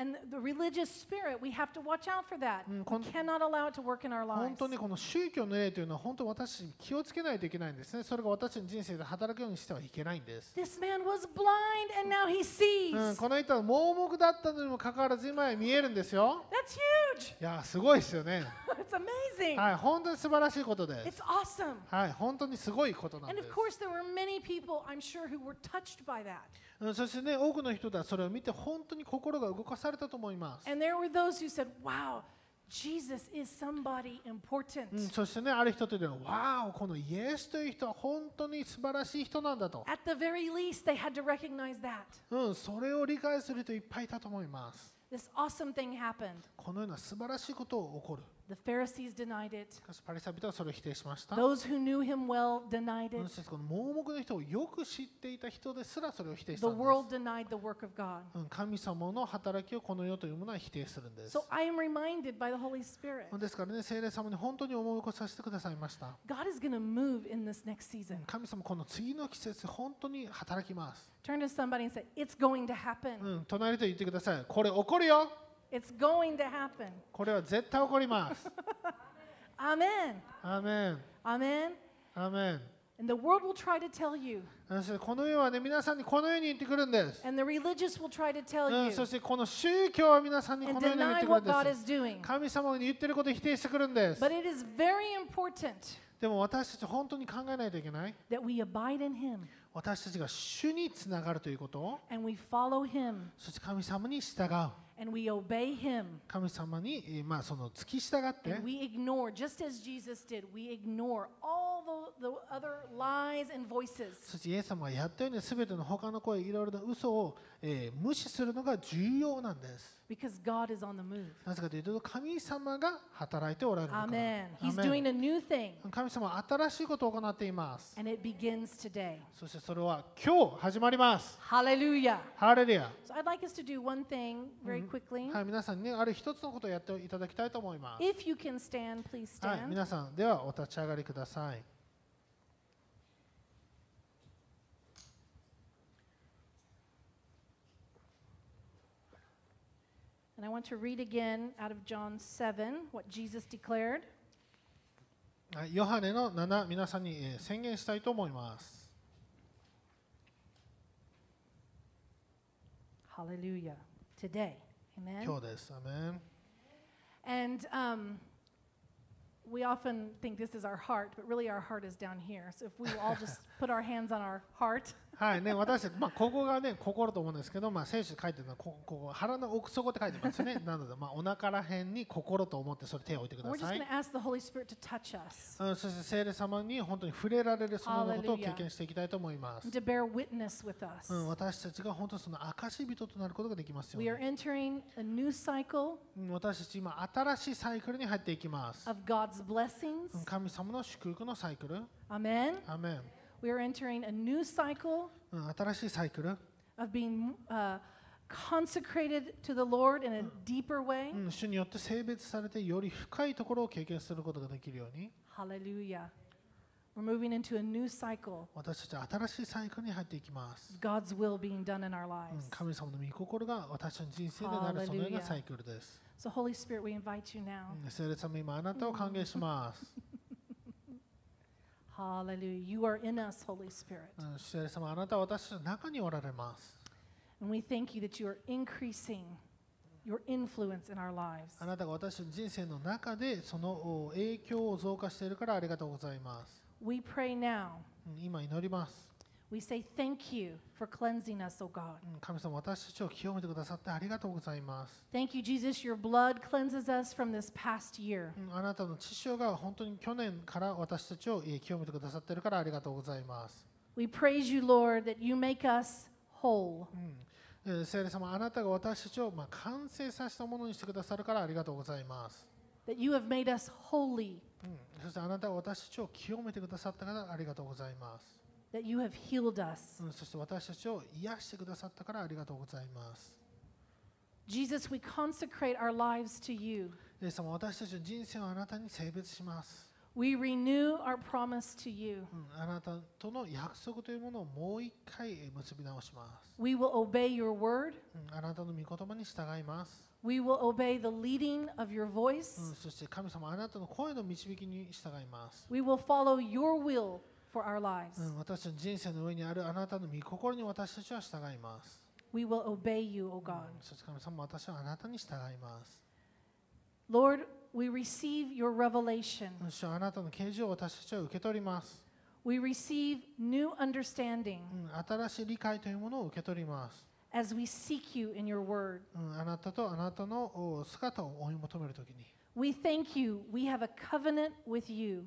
Speaker 1: And the religious spirit, we have to watch out for that.
Speaker 2: うん、こん
Speaker 1: We cannot allow it to work in our
Speaker 2: 本
Speaker 1: lives.
Speaker 2: 当にこの宗教の例というのは本当私たち気をつけないといけないんですね。それが私たちの人生で働くようにしてはいけないんです。
Speaker 1: This man was blind and now he
Speaker 2: うん、
Speaker 1: sees.
Speaker 2: この人は盲目だったのにもかかわらず今は見えるんですよ。
Speaker 1: That's huge.
Speaker 2: いやー、すごいですよね。
Speaker 1: It's amazing.
Speaker 2: はい、本当に素晴らしいことです。
Speaker 1: It's awesome.
Speaker 2: はい、本当にすごいことなん
Speaker 1: And
Speaker 2: で
Speaker 1: of
Speaker 2: す。
Speaker 1: course, there were many people, I'm sure, who were touched by that.
Speaker 2: うん、そしてね、多くの人はそれを見て本当に心が動かされたと思います。
Speaker 1: And there were those who said, wow, Jesus is somebody
Speaker 2: うん、
Speaker 1: important.
Speaker 2: そしてね、ある人というのは、わーお、このイエスという人は本当に素晴らしい人なんだと。
Speaker 1: At the very least, they had to recognize that.
Speaker 2: うん、それを理解する人いっぱいいたと思います。
Speaker 1: This awesome thing happened.
Speaker 2: このような素晴らしいことを起こる。
Speaker 1: The Pharisees denied it.
Speaker 2: しかしパリサ人はそれを否定しました。
Speaker 1: Those who knew him well denied
Speaker 2: そ
Speaker 1: it.
Speaker 2: してこの盲目の人をよく知っていた人ですらそれを否定した
Speaker 1: The
Speaker 2: んです
Speaker 1: world denied the work of God.
Speaker 2: うん神様の働きをこの世というものは否定するんです
Speaker 1: So。I am reminded by the Holy Spirit
Speaker 2: ですからね、聖霊様に本当に思い起こさせてくださいました。
Speaker 1: God is going to move in this next
Speaker 2: うん
Speaker 1: season.
Speaker 2: 神様、この次の季節、本当に働きます。
Speaker 1: Turn to somebody and say, It's going to
Speaker 2: う
Speaker 1: happen.
Speaker 2: ん、隣と言ってください。これ起こるよ
Speaker 1: It's going to happen.
Speaker 2: これは絶対起こります。
Speaker 1: Amen.
Speaker 2: アーメン。
Speaker 1: Amen.
Speaker 2: アーメン。
Speaker 1: And the world will try to tell you,
Speaker 2: うんそしてこの世はね、皆さんにこの世に言ってくるんです。
Speaker 1: and the religious will try to tell
Speaker 2: う
Speaker 1: you,
Speaker 2: ん、そしてこの宗教は皆さんにこ
Speaker 1: and
Speaker 2: の世に言
Speaker 1: deny
Speaker 2: ってくる
Speaker 1: what
Speaker 2: んで
Speaker 1: God。
Speaker 2: す
Speaker 1: is doing.
Speaker 2: 神様に言ってることを否定してくるんです。
Speaker 1: But it is very important
Speaker 2: でも私たち本当に考えないといけない。
Speaker 1: that we abide in Him
Speaker 2: 私たちが主につながるということ、
Speaker 1: and we follow Him
Speaker 2: そして神様に従う。
Speaker 1: and we obey him.
Speaker 2: 神様に、えーまあ、その付き従って
Speaker 1: And we ignore, just as Jesus did, we ignore all the, the other lies and voices.
Speaker 2: そしてイエス様がやったように全ての他の声いろいろな嘘を、えー無視するのが重要なんです
Speaker 1: Because God is on the move.
Speaker 2: なぜかというと神様が働いておられるから
Speaker 1: Amen.
Speaker 2: ア
Speaker 1: He's
Speaker 2: メン
Speaker 1: doing a new thing,
Speaker 2: 神様は新しいことを行っています
Speaker 1: and it begins today.
Speaker 2: そしてそれは今日始まります
Speaker 1: Hallelujah.
Speaker 2: ハレルヤ
Speaker 1: So I'd like us to do one thing very quickly.
Speaker 2: はい皆さんにねある一つのことをやっていただきたいと思います
Speaker 1: If you can stand, please
Speaker 2: はい
Speaker 1: stand.
Speaker 2: 皆さんではお立ち上がりください
Speaker 1: And I want to read again out of John 7 what Jesus declared.
Speaker 2: はいヨハネの7皆さんにえー宣言したいと思います
Speaker 1: Hallelujah. Today. Amen.
Speaker 2: 今日ですアメン
Speaker 1: And um, we often think this is our heart, but really our heart is down here. So if we will all just put our hands on our heart,
Speaker 2: はいね、私たち、まあ、ここがね、心と思うんですけど、まあ、聖書で書いてるのは、こここ腹の奥底って書いてますよ ね。なので、まあ、お腹ら辺に心と思って、それ手を置いてく
Speaker 1: and
Speaker 2: だ
Speaker 1: we're just
Speaker 2: さ
Speaker 1: going to。
Speaker 2: い
Speaker 1: ask the Holy Spirit to touch us
Speaker 2: うん、そして聖霊様に本当に触れられるそのようなことを
Speaker 1: Hallelujah
Speaker 2: 経験していきたいと思います
Speaker 1: and。to bear witness with us.
Speaker 2: うん、私たちが本当にその証人となることができますよ
Speaker 1: We are
Speaker 2: ね。
Speaker 1: entering a new cycle
Speaker 2: うん私たち今新しいサイクルに入っていきます。
Speaker 1: of God's blessings.
Speaker 2: うん神様の祝福のサイクル。
Speaker 1: Amen.
Speaker 2: アメン。
Speaker 1: We are entering a new cycle
Speaker 2: うん、新しいサイクル。
Speaker 1: of being uh, consecrated to the Lord in a deeper way.
Speaker 2: うん、主によって性別されてより深いところを経験することができるように。
Speaker 1: Hallelujah. We're moving into a new cycle
Speaker 2: 私たち新しいサイクルに入っていきます。
Speaker 1: of God's will being done in our
Speaker 2: うん
Speaker 1: lives.
Speaker 2: 神様の御心が私の人生でなるそのようなサイクルです。
Speaker 1: So, Holy Spirit, we invite you now.
Speaker 2: うん聖霊様、今あなたを歓迎します。
Speaker 1: Hallelujah. You are in us, Holy Spirit.
Speaker 2: うん聖霊様、あなたは私の中におられます。
Speaker 1: And we thank you that you are increasing your influence in our lives.
Speaker 2: あなたが私の人生の中でそのお影響を増加しているからありがとうございます。
Speaker 1: We pray now.
Speaker 2: うん今祈ります。
Speaker 1: We say thank you for cleansing us, O God.
Speaker 2: うん神様、私たちを清めてくださってありがとうございます。
Speaker 1: Thank you, Jesus. Your blood cleanses us from this past year.
Speaker 2: うんあなたの父親が本当に去年から私たちをえー清めてくださっているからありがとうございます。
Speaker 1: We praise you, Lord, that you make us whole.
Speaker 2: うんえー聖霊様、あなたが私たちをまあ完成させたものにしてくださるからありがとうございます。
Speaker 1: that you have made us holy,
Speaker 2: うん、そしてあなたは私たちを清めてくださったからありがとうございます、
Speaker 1: that you have healed us.
Speaker 2: うん、そして私たちを癒してくださったからありがとうございます。
Speaker 1: Jesus, we consecrate our lives to you.
Speaker 2: イエス様、私たちの人生をあなたに性別します。
Speaker 1: We renew our promise to you.
Speaker 2: うん、あなたとの約束というものをもう一回えー結び直します。
Speaker 1: We will obey your word.
Speaker 2: うん、あなたの御言葉に従います、
Speaker 1: We will obey the leading of your
Speaker 2: うん。
Speaker 1: voice.
Speaker 2: そして神様、あなたの声の導きに従います。
Speaker 1: We will follow your will for our lives.
Speaker 2: うん、私たちの人生の上にあるあなたの御心に私たちは従います。
Speaker 1: We will obey you, O
Speaker 2: うん
Speaker 1: God.
Speaker 2: そして神様、私はあなたに従います。
Speaker 1: Lord, we receive your revelation.
Speaker 2: うん主はあなたの啓示を私たちは受け取ります。
Speaker 1: We receive new understanding
Speaker 2: うん、新しい理解というものを受け取ります、
Speaker 1: as we seek you in your word.
Speaker 2: うん、あなたとあなたのお姿を追い求めるときに、
Speaker 1: We thank you. We have a covenant with you.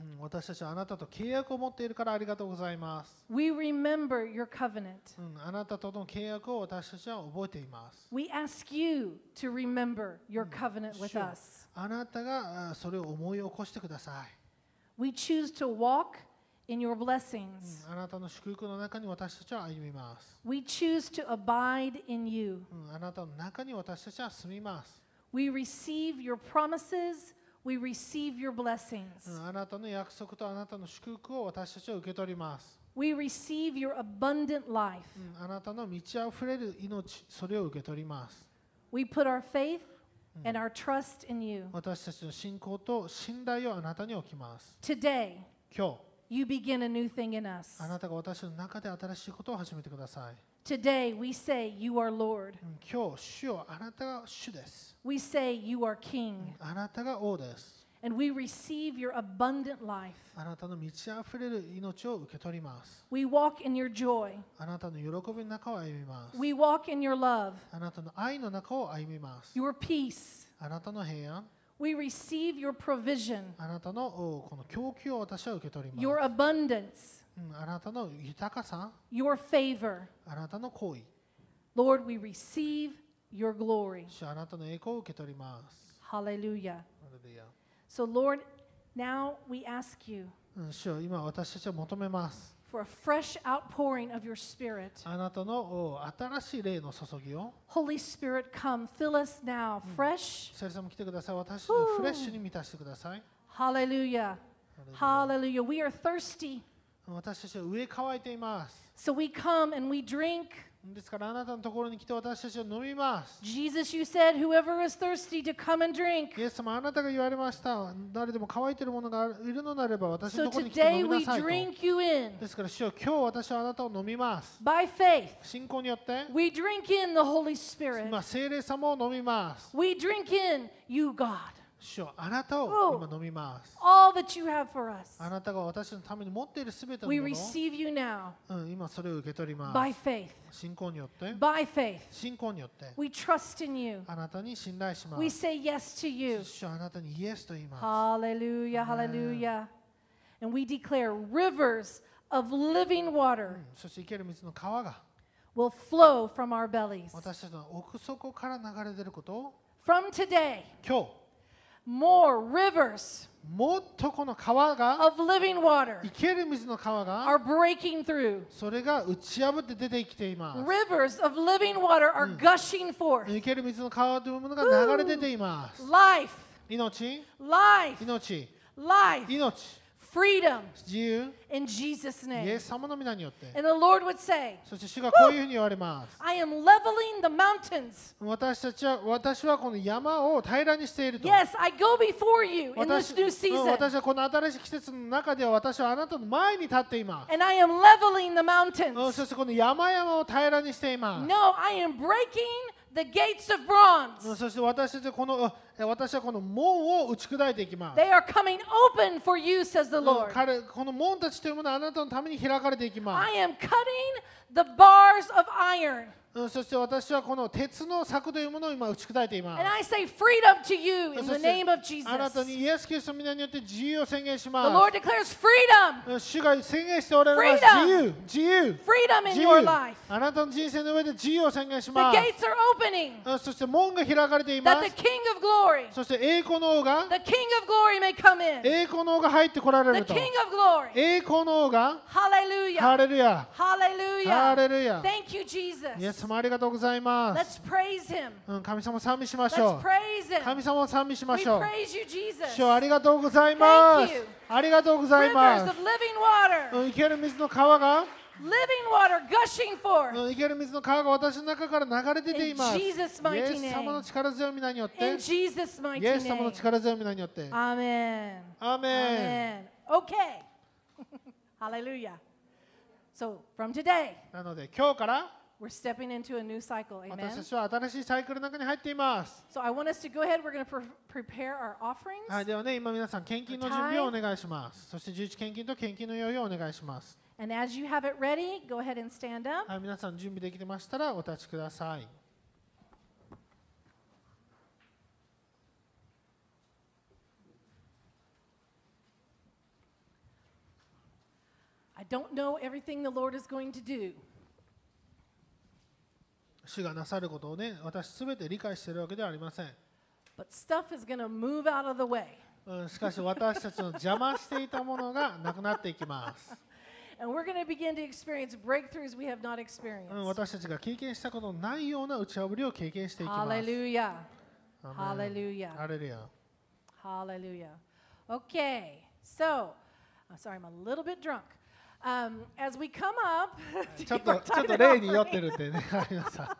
Speaker 2: うん、私たちはあなたと契約を持っているからありがとうございます、
Speaker 1: We remember your covenant.
Speaker 2: うん、あなたとの契約を私たちは覚えています
Speaker 1: We ask you to remember your covenant with
Speaker 2: sure.
Speaker 1: us.
Speaker 2: あなたがあそれを思い起こしてくださ
Speaker 1: We choose to walk in your
Speaker 2: い、
Speaker 1: blessings.
Speaker 2: うん、あなたの祝福の中に私たちは歩みます、
Speaker 1: We choose to abide in you.
Speaker 2: うん、あなたの中に私たちは住みます、
Speaker 1: We receive your promises. We receive your blessings.
Speaker 2: うん、あなたの約束とあなたの祝福を私たちは受け取ります、
Speaker 1: We receive your abundant life.
Speaker 2: うん、あなたの満ち溢れる命それを受け取ります
Speaker 1: We put our faith and our trust in you.
Speaker 2: 私たちの信仰と信頼をあなたに置きます。
Speaker 1: Today,
Speaker 2: 今
Speaker 1: you begin a new thing in us.
Speaker 2: 日、あなたが私の中で新しいことを始めてください。
Speaker 1: Today, we say, You are Lord.
Speaker 2: うん今日、主よあなたが主です。
Speaker 1: We say, You are King.
Speaker 2: あなたが王です。
Speaker 1: and we receive your abundant life.
Speaker 2: あなたの満ち溢れる命を受け取ります。
Speaker 1: We walk in your joy.
Speaker 2: あなたの喜びの中を歩みます。
Speaker 1: We walk in your love,
Speaker 2: あなたの愛の中を歩みます。
Speaker 1: your peace.
Speaker 2: あなたの平安、
Speaker 1: We receive your provision,
Speaker 2: あなたのおこの供給を私は受け取ります。
Speaker 1: your abundance,
Speaker 2: うんあなたの豊かさ、
Speaker 1: your favor.
Speaker 2: あなたの行為、
Speaker 1: Lord, we receive your glory.
Speaker 2: 主あなたの栄光を受け取ります。
Speaker 1: Hallelujah.
Speaker 2: ハレルヤ
Speaker 1: So, Lord, now we ask you
Speaker 2: うん主よ今私たちは求めます。
Speaker 1: for a fresh outpouring of your Spirit.
Speaker 2: あなたのお新しい霊の注ぎを、
Speaker 1: Holy Spirit, come, fill us now, fresh.
Speaker 2: セルさんも来てください。私たちをフレッシュに満たしてください。
Speaker 1: Hallelujah.
Speaker 2: ハレルヤ
Speaker 1: Hallelujah. We are thirsty.
Speaker 2: 私たちは上乾いています。
Speaker 1: So we come and we drink.
Speaker 2: ですからあなたのところに来て私たちは飲みます。
Speaker 1: Jesus, you said, whoever is thirsty to come and drink.
Speaker 2: イエス様あなたが言われました。誰でも乾いているものがいるのなれば私
Speaker 1: So
Speaker 2: のところに来て
Speaker 1: today
Speaker 2: 飲み
Speaker 1: we
Speaker 2: なさいと。
Speaker 1: drink you in.
Speaker 2: ですから主よ今日私はあなたを飲みます。
Speaker 1: By faith,
Speaker 2: 信仰によって、
Speaker 1: we drink in the Holy Spirit.
Speaker 2: 今聖霊様を飲みます。
Speaker 1: We drink in you, God,
Speaker 2: 主よあなたを今飲みます。
Speaker 1: all that you have for us.
Speaker 2: あなたが私のために持っているすべての
Speaker 1: We
Speaker 2: もの、
Speaker 1: receive you now
Speaker 2: うん、今それを受け取りま
Speaker 1: by
Speaker 2: す。
Speaker 1: faith.
Speaker 2: 信仰によって、
Speaker 1: By faith,
Speaker 2: 信仰によって、
Speaker 1: we trust in you.
Speaker 2: あなたに信頼しま
Speaker 1: We
Speaker 2: す。
Speaker 1: say yes to you.
Speaker 2: 主よあなたにイエスと言います。
Speaker 1: Hallelujah, hallelujah. And we declare rivers of living
Speaker 2: う
Speaker 1: water
Speaker 2: んそして生ける水の川が
Speaker 1: will flow from our bellies.
Speaker 2: 私たちの奥底から流れ出ることを
Speaker 1: From today,
Speaker 2: 今日
Speaker 1: more rivers
Speaker 2: もっとこの川が
Speaker 1: of living water
Speaker 2: 生ける水の川が
Speaker 1: are breaking through.
Speaker 2: それが打ち破って出てきています
Speaker 1: Rivers of living water are gushing forth.
Speaker 2: 生ける水の川というものが流れ出ています
Speaker 1: Life,
Speaker 2: 命
Speaker 1: life,
Speaker 2: 命
Speaker 1: life,
Speaker 2: 命
Speaker 1: freedom
Speaker 2: 自由
Speaker 1: in Jesus'
Speaker 2: イエ
Speaker 1: name.
Speaker 2: ス様の皆によって
Speaker 1: And the Lord would say,
Speaker 2: そして主がこういうふうに言われます
Speaker 1: I am leveling the mountains.
Speaker 2: 私たちは私はこの山を平らにしていると
Speaker 1: Yes, I go before you in
Speaker 2: 私
Speaker 1: this new
Speaker 2: うん
Speaker 1: season.
Speaker 2: 私はこの新しい季節の中では私はあなたの前に立っています
Speaker 1: And I am leveling the
Speaker 2: うん
Speaker 1: mountains.
Speaker 2: そしてこの山々を平らにしています
Speaker 1: No, I am breaking the gates of
Speaker 2: うん
Speaker 1: bronze.
Speaker 2: そして私たちはこのえ私はこの門を打ち砕いていきます。
Speaker 1: They are coming open for you, says the
Speaker 2: うん
Speaker 1: Lord.
Speaker 2: 彼この門たちというものはあなたのために開かれていきま
Speaker 1: I am cutting the bars of iron.
Speaker 2: す。うんそして私はこの鉄の柵というものを今打ち砕いていま
Speaker 1: And I say freedom to you in
Speaker 2: す。うんそ
Speaker 1: the
Speaker 2: して
Speaker 1: name of Jesus.
Speaker 2: あなたに
Speaker 1: The
Speaker 2: イエス・キリストの皆によって自由を宣言しま
Speaker 1: Lord declares freedom,
Speaker 2: す。うん主が宣言しておられます。
Speaker 1: Freedom！
Speaker 2: 自由、自由、
Speaker 1: freedom
Speaker 2: 自
Speaker 1: in
Speaker 2: 由
Speaker 1: your。life.
Speaker 2: あなたの人生の上で自由を宣言し
Speaker 1: The
Speaker 2: ます。
Speaker 1: gates are opening
Speaker 2: うんそして門が開かれていま
Speaker 1: that
Speaker 2: す
Speaker 1: the。King of glory,
Speaker 2: そして栄光の王が
Speaker 1: the King of glory may come in.
Speaker 2: 栄光の王が入ってこられ
Speaker 1: The
Speaker 2: ると。
Speaker 1: King of glory.
Speaker 2: 栄光の王がハ
Speaker 1: Hallelujah.
Speaker 2: レルヤ。ハレ
Speaker 1: Hallelujah.
Speaker 2: ルヤ。
Speaker 1: Thank you,
Speaker 2: イエ
Speaker 1: Jesus.
Speaker 2: ス様ありがとうございます
Speaker 1: Let's praise him.
Speaker 2: うん、神様を賛美しまし
Speaker 1: Let's
Speaker 2: ょう
Speaker 1: praise
Speaker 2: 神
Speaker 1: him.
Speaker 2: 様を賛美しま
Speaker 1: We
Speaker 2: しょう
Speaker 1: praise you, Jesus.
Speaker 2: 主よありがとうございます
Speaker 1: Thank you
Speaker 2: ありがとうござい
Speaker 1: Rivers
Speaker 2: ます
Speaker 1: of living water,
Speaker 2: うん、生ける水の川が、
Speaker 1: living water gushing
Speaker 2: う
Speaker 1: forth.
Speaker 2: ん、生ける水の川が私の中から流れ出ています
Speaker 1: In
Speaker 2: イ
Speaker 1: Jesus' mighty
Speaker 2: エス様の力強い皆によって
Speaker 1: In Jesus'
Speaker 2: イ
Speaker 1: mighty
Speaker 2: エス様の
Speaker 1: name.
Speaker 2: 力強い皆によって
Speaker 1: Amen.
Speaker 2: アーメン
Speaker 1: Amen. Okay. Hallelujah. So from today,
Speaker 2: なので今日から
Speaker 1: we're stepping into a new cycle.
Speaker 2: 私
Speaker 1: Amen.
Speaker 2: たちは新しいサイクルの中に入っています、
Speaker 1: So I want us to go ahead. We're going to pre- prepare our
Speaker 2: は
Speaker 1: offerings.
Speaker 2: い、ではね今皆さん献金の準備をお願いしますそして十一献金と献金の用意をお願いします
Speaker 1: And as you have it ready, go ahead and stand up.
Speaker 2: はい、皆さん準備できてましたらお立ちください。
Speaker 1: I don't know everything the Lord is going to do.
Speaker 2: 主がなさることをね、私すべて理解しているわけではありません。
Speaker 1: But stuff is going to move out of the way.
Speaker 2: うん、しかし私たちの邪魔していたものがなくなってい きます。
Speaker 1: And we're going to begin to experience breakthroughs we have not
Speaker 2: うん、
Speaker 1: experienced.
Speaker 2: 私たちが経験したことのないような打ち破りを経験していきます。
Speaker 1: Hallelujah.
Speaker 2: アーメン
Speaker 1: Hallelujah.
Speaker 2: ハレ ルヤ。
Speaker 1: Hallelujah. Okay, so I'm sorry, I'm a little bit drunk. Um, as we come up, to
Speaker 2: ちょっ
Speaker 1: give our
Speaker 2: とちょ
Speaker 1: tithe
Speaker 2: っと
Speaker 1: and
Speaker 2: 例に酔って
Speaker 1: offering,
Speaker 2: るってね、ありました。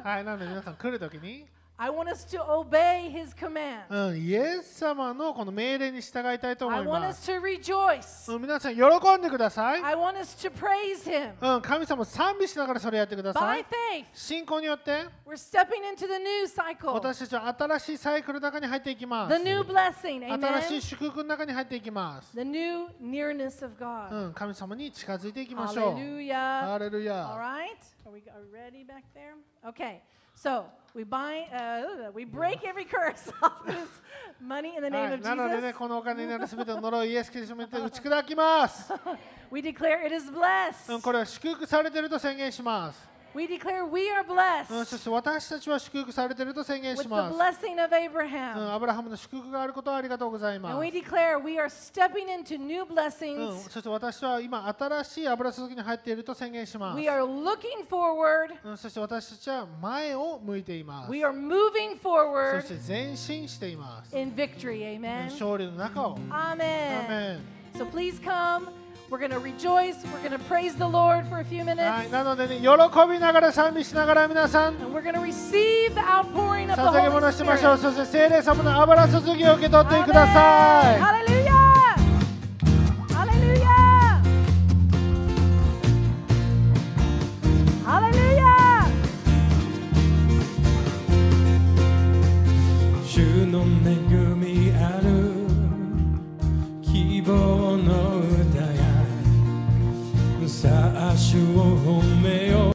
Speaker 2: はい、なので皆さん来るときに、
Speaker 1: I want us to obey his command.
Speaker 2: うん、イエス様のこの命令に従いたいと思
Speaker 1: I
Speaker 2: い
Speaker 1: want
Speaker 2: ま
Speaker 1: us
Speaker 2: す。
Speaker 1: to rejoice.
Speaker 2: うん、皆さん、喜んでください。
Speaker 1: I want us to praise him
Speaker 2: うん、神様を賛美しながらそれやってくださ
Speaker 1: by
Speaker 2: い。
Speaker 1: faith.
Speaker 2: 信仰によって、
Speaker 1: We're stepping into the new cycle,
Speaker 2: 私たちは新しいサイクルの中に入っていきま
Speaker 1: the
Speaker 2: す。
Speaker 1: new blessing.
Speaker 2: 新しい
Speaker 1: Amen.
Speaker 2: 祝福の中に入っていきます。
Speaker 1: The new nearness of God.
Speaker 2: うん、神様に近づいていきましょう。ハ
Speaker 1: Hallelujah.
Speaker 2: レル
Speaker 1: All
Speaker 2: ヤ。
Speaker 1: right. Are we, are we ready back there? Okay. So we buy, uh, we break every curse off this money in the
Speaker 2: は
Speaker 1: name
Speaker 2: い、
Speaker 1: of
Speaker 2: なのでね、
Speaker 1: Jesus.
Speaker 2: このお金になるすべての呪い、イエス・キリストによって打ち砕 きます。
Speaker 1: We declare it is blessed.
Speaker 2: うん、これは祝福されていると宣言します。
Speaker 1: We declare we are
Speaker 2: うん、
Speaker 1: blessed
Speaker 2: そして私たちは祝福されていると宣言
Speaker 1: with
Speaker 2: し
Speaker 1: the
Speaker 2: ます。
Speaker 1: blessing of
Speaker 2: うん
Speaker 1: Abraham.
Speaker 2: アブラハムの祝福があることをありがとうございま
Speaker 1: And we
Speaker 2: す。
Speaker 1: declare we are stepping into new
Speaker 2: うん、
Speaker 1: blessings.
Speaker 2: そして私は今、新しい油注ぎに入っていると宣言します。
Speaker 1: We are looking forward.
Speaker 2: うん、そして私たちは前を向いています。
Speaker 1: We are moving
Speaker 2: そ
Speaker 1: forward
Speaker 2: して前進しています。
Speaker 1: in victory. Amen.
Speaker 2: 勝利の中を。アー
Speaker 1: Amen.
Speaker 2: メ
Speaker 1: So please come. We're going to rejoice. We're going to praise the Lord for a few
Speaker 2: ンはい、
Speaker 1: minutes.
Speaker 2: なのでね、喜びながら賛美しながら皆さん、
Speaker 1: And we're going to receive the outpouring of the
Speaker 2: 捧げ物
Speaker 1: Holy
Speaker 2: しましょう。
Speaker 1: Spirit.
Speaker 2: そして聖霊様の油注ぎを受け取ってくださ
Speaker 1: Amen.
Speaker 2: い。
Speaker 1: Hallelujah. Hallelujah. Hallelujah.
Speaker 3: 主の恵みある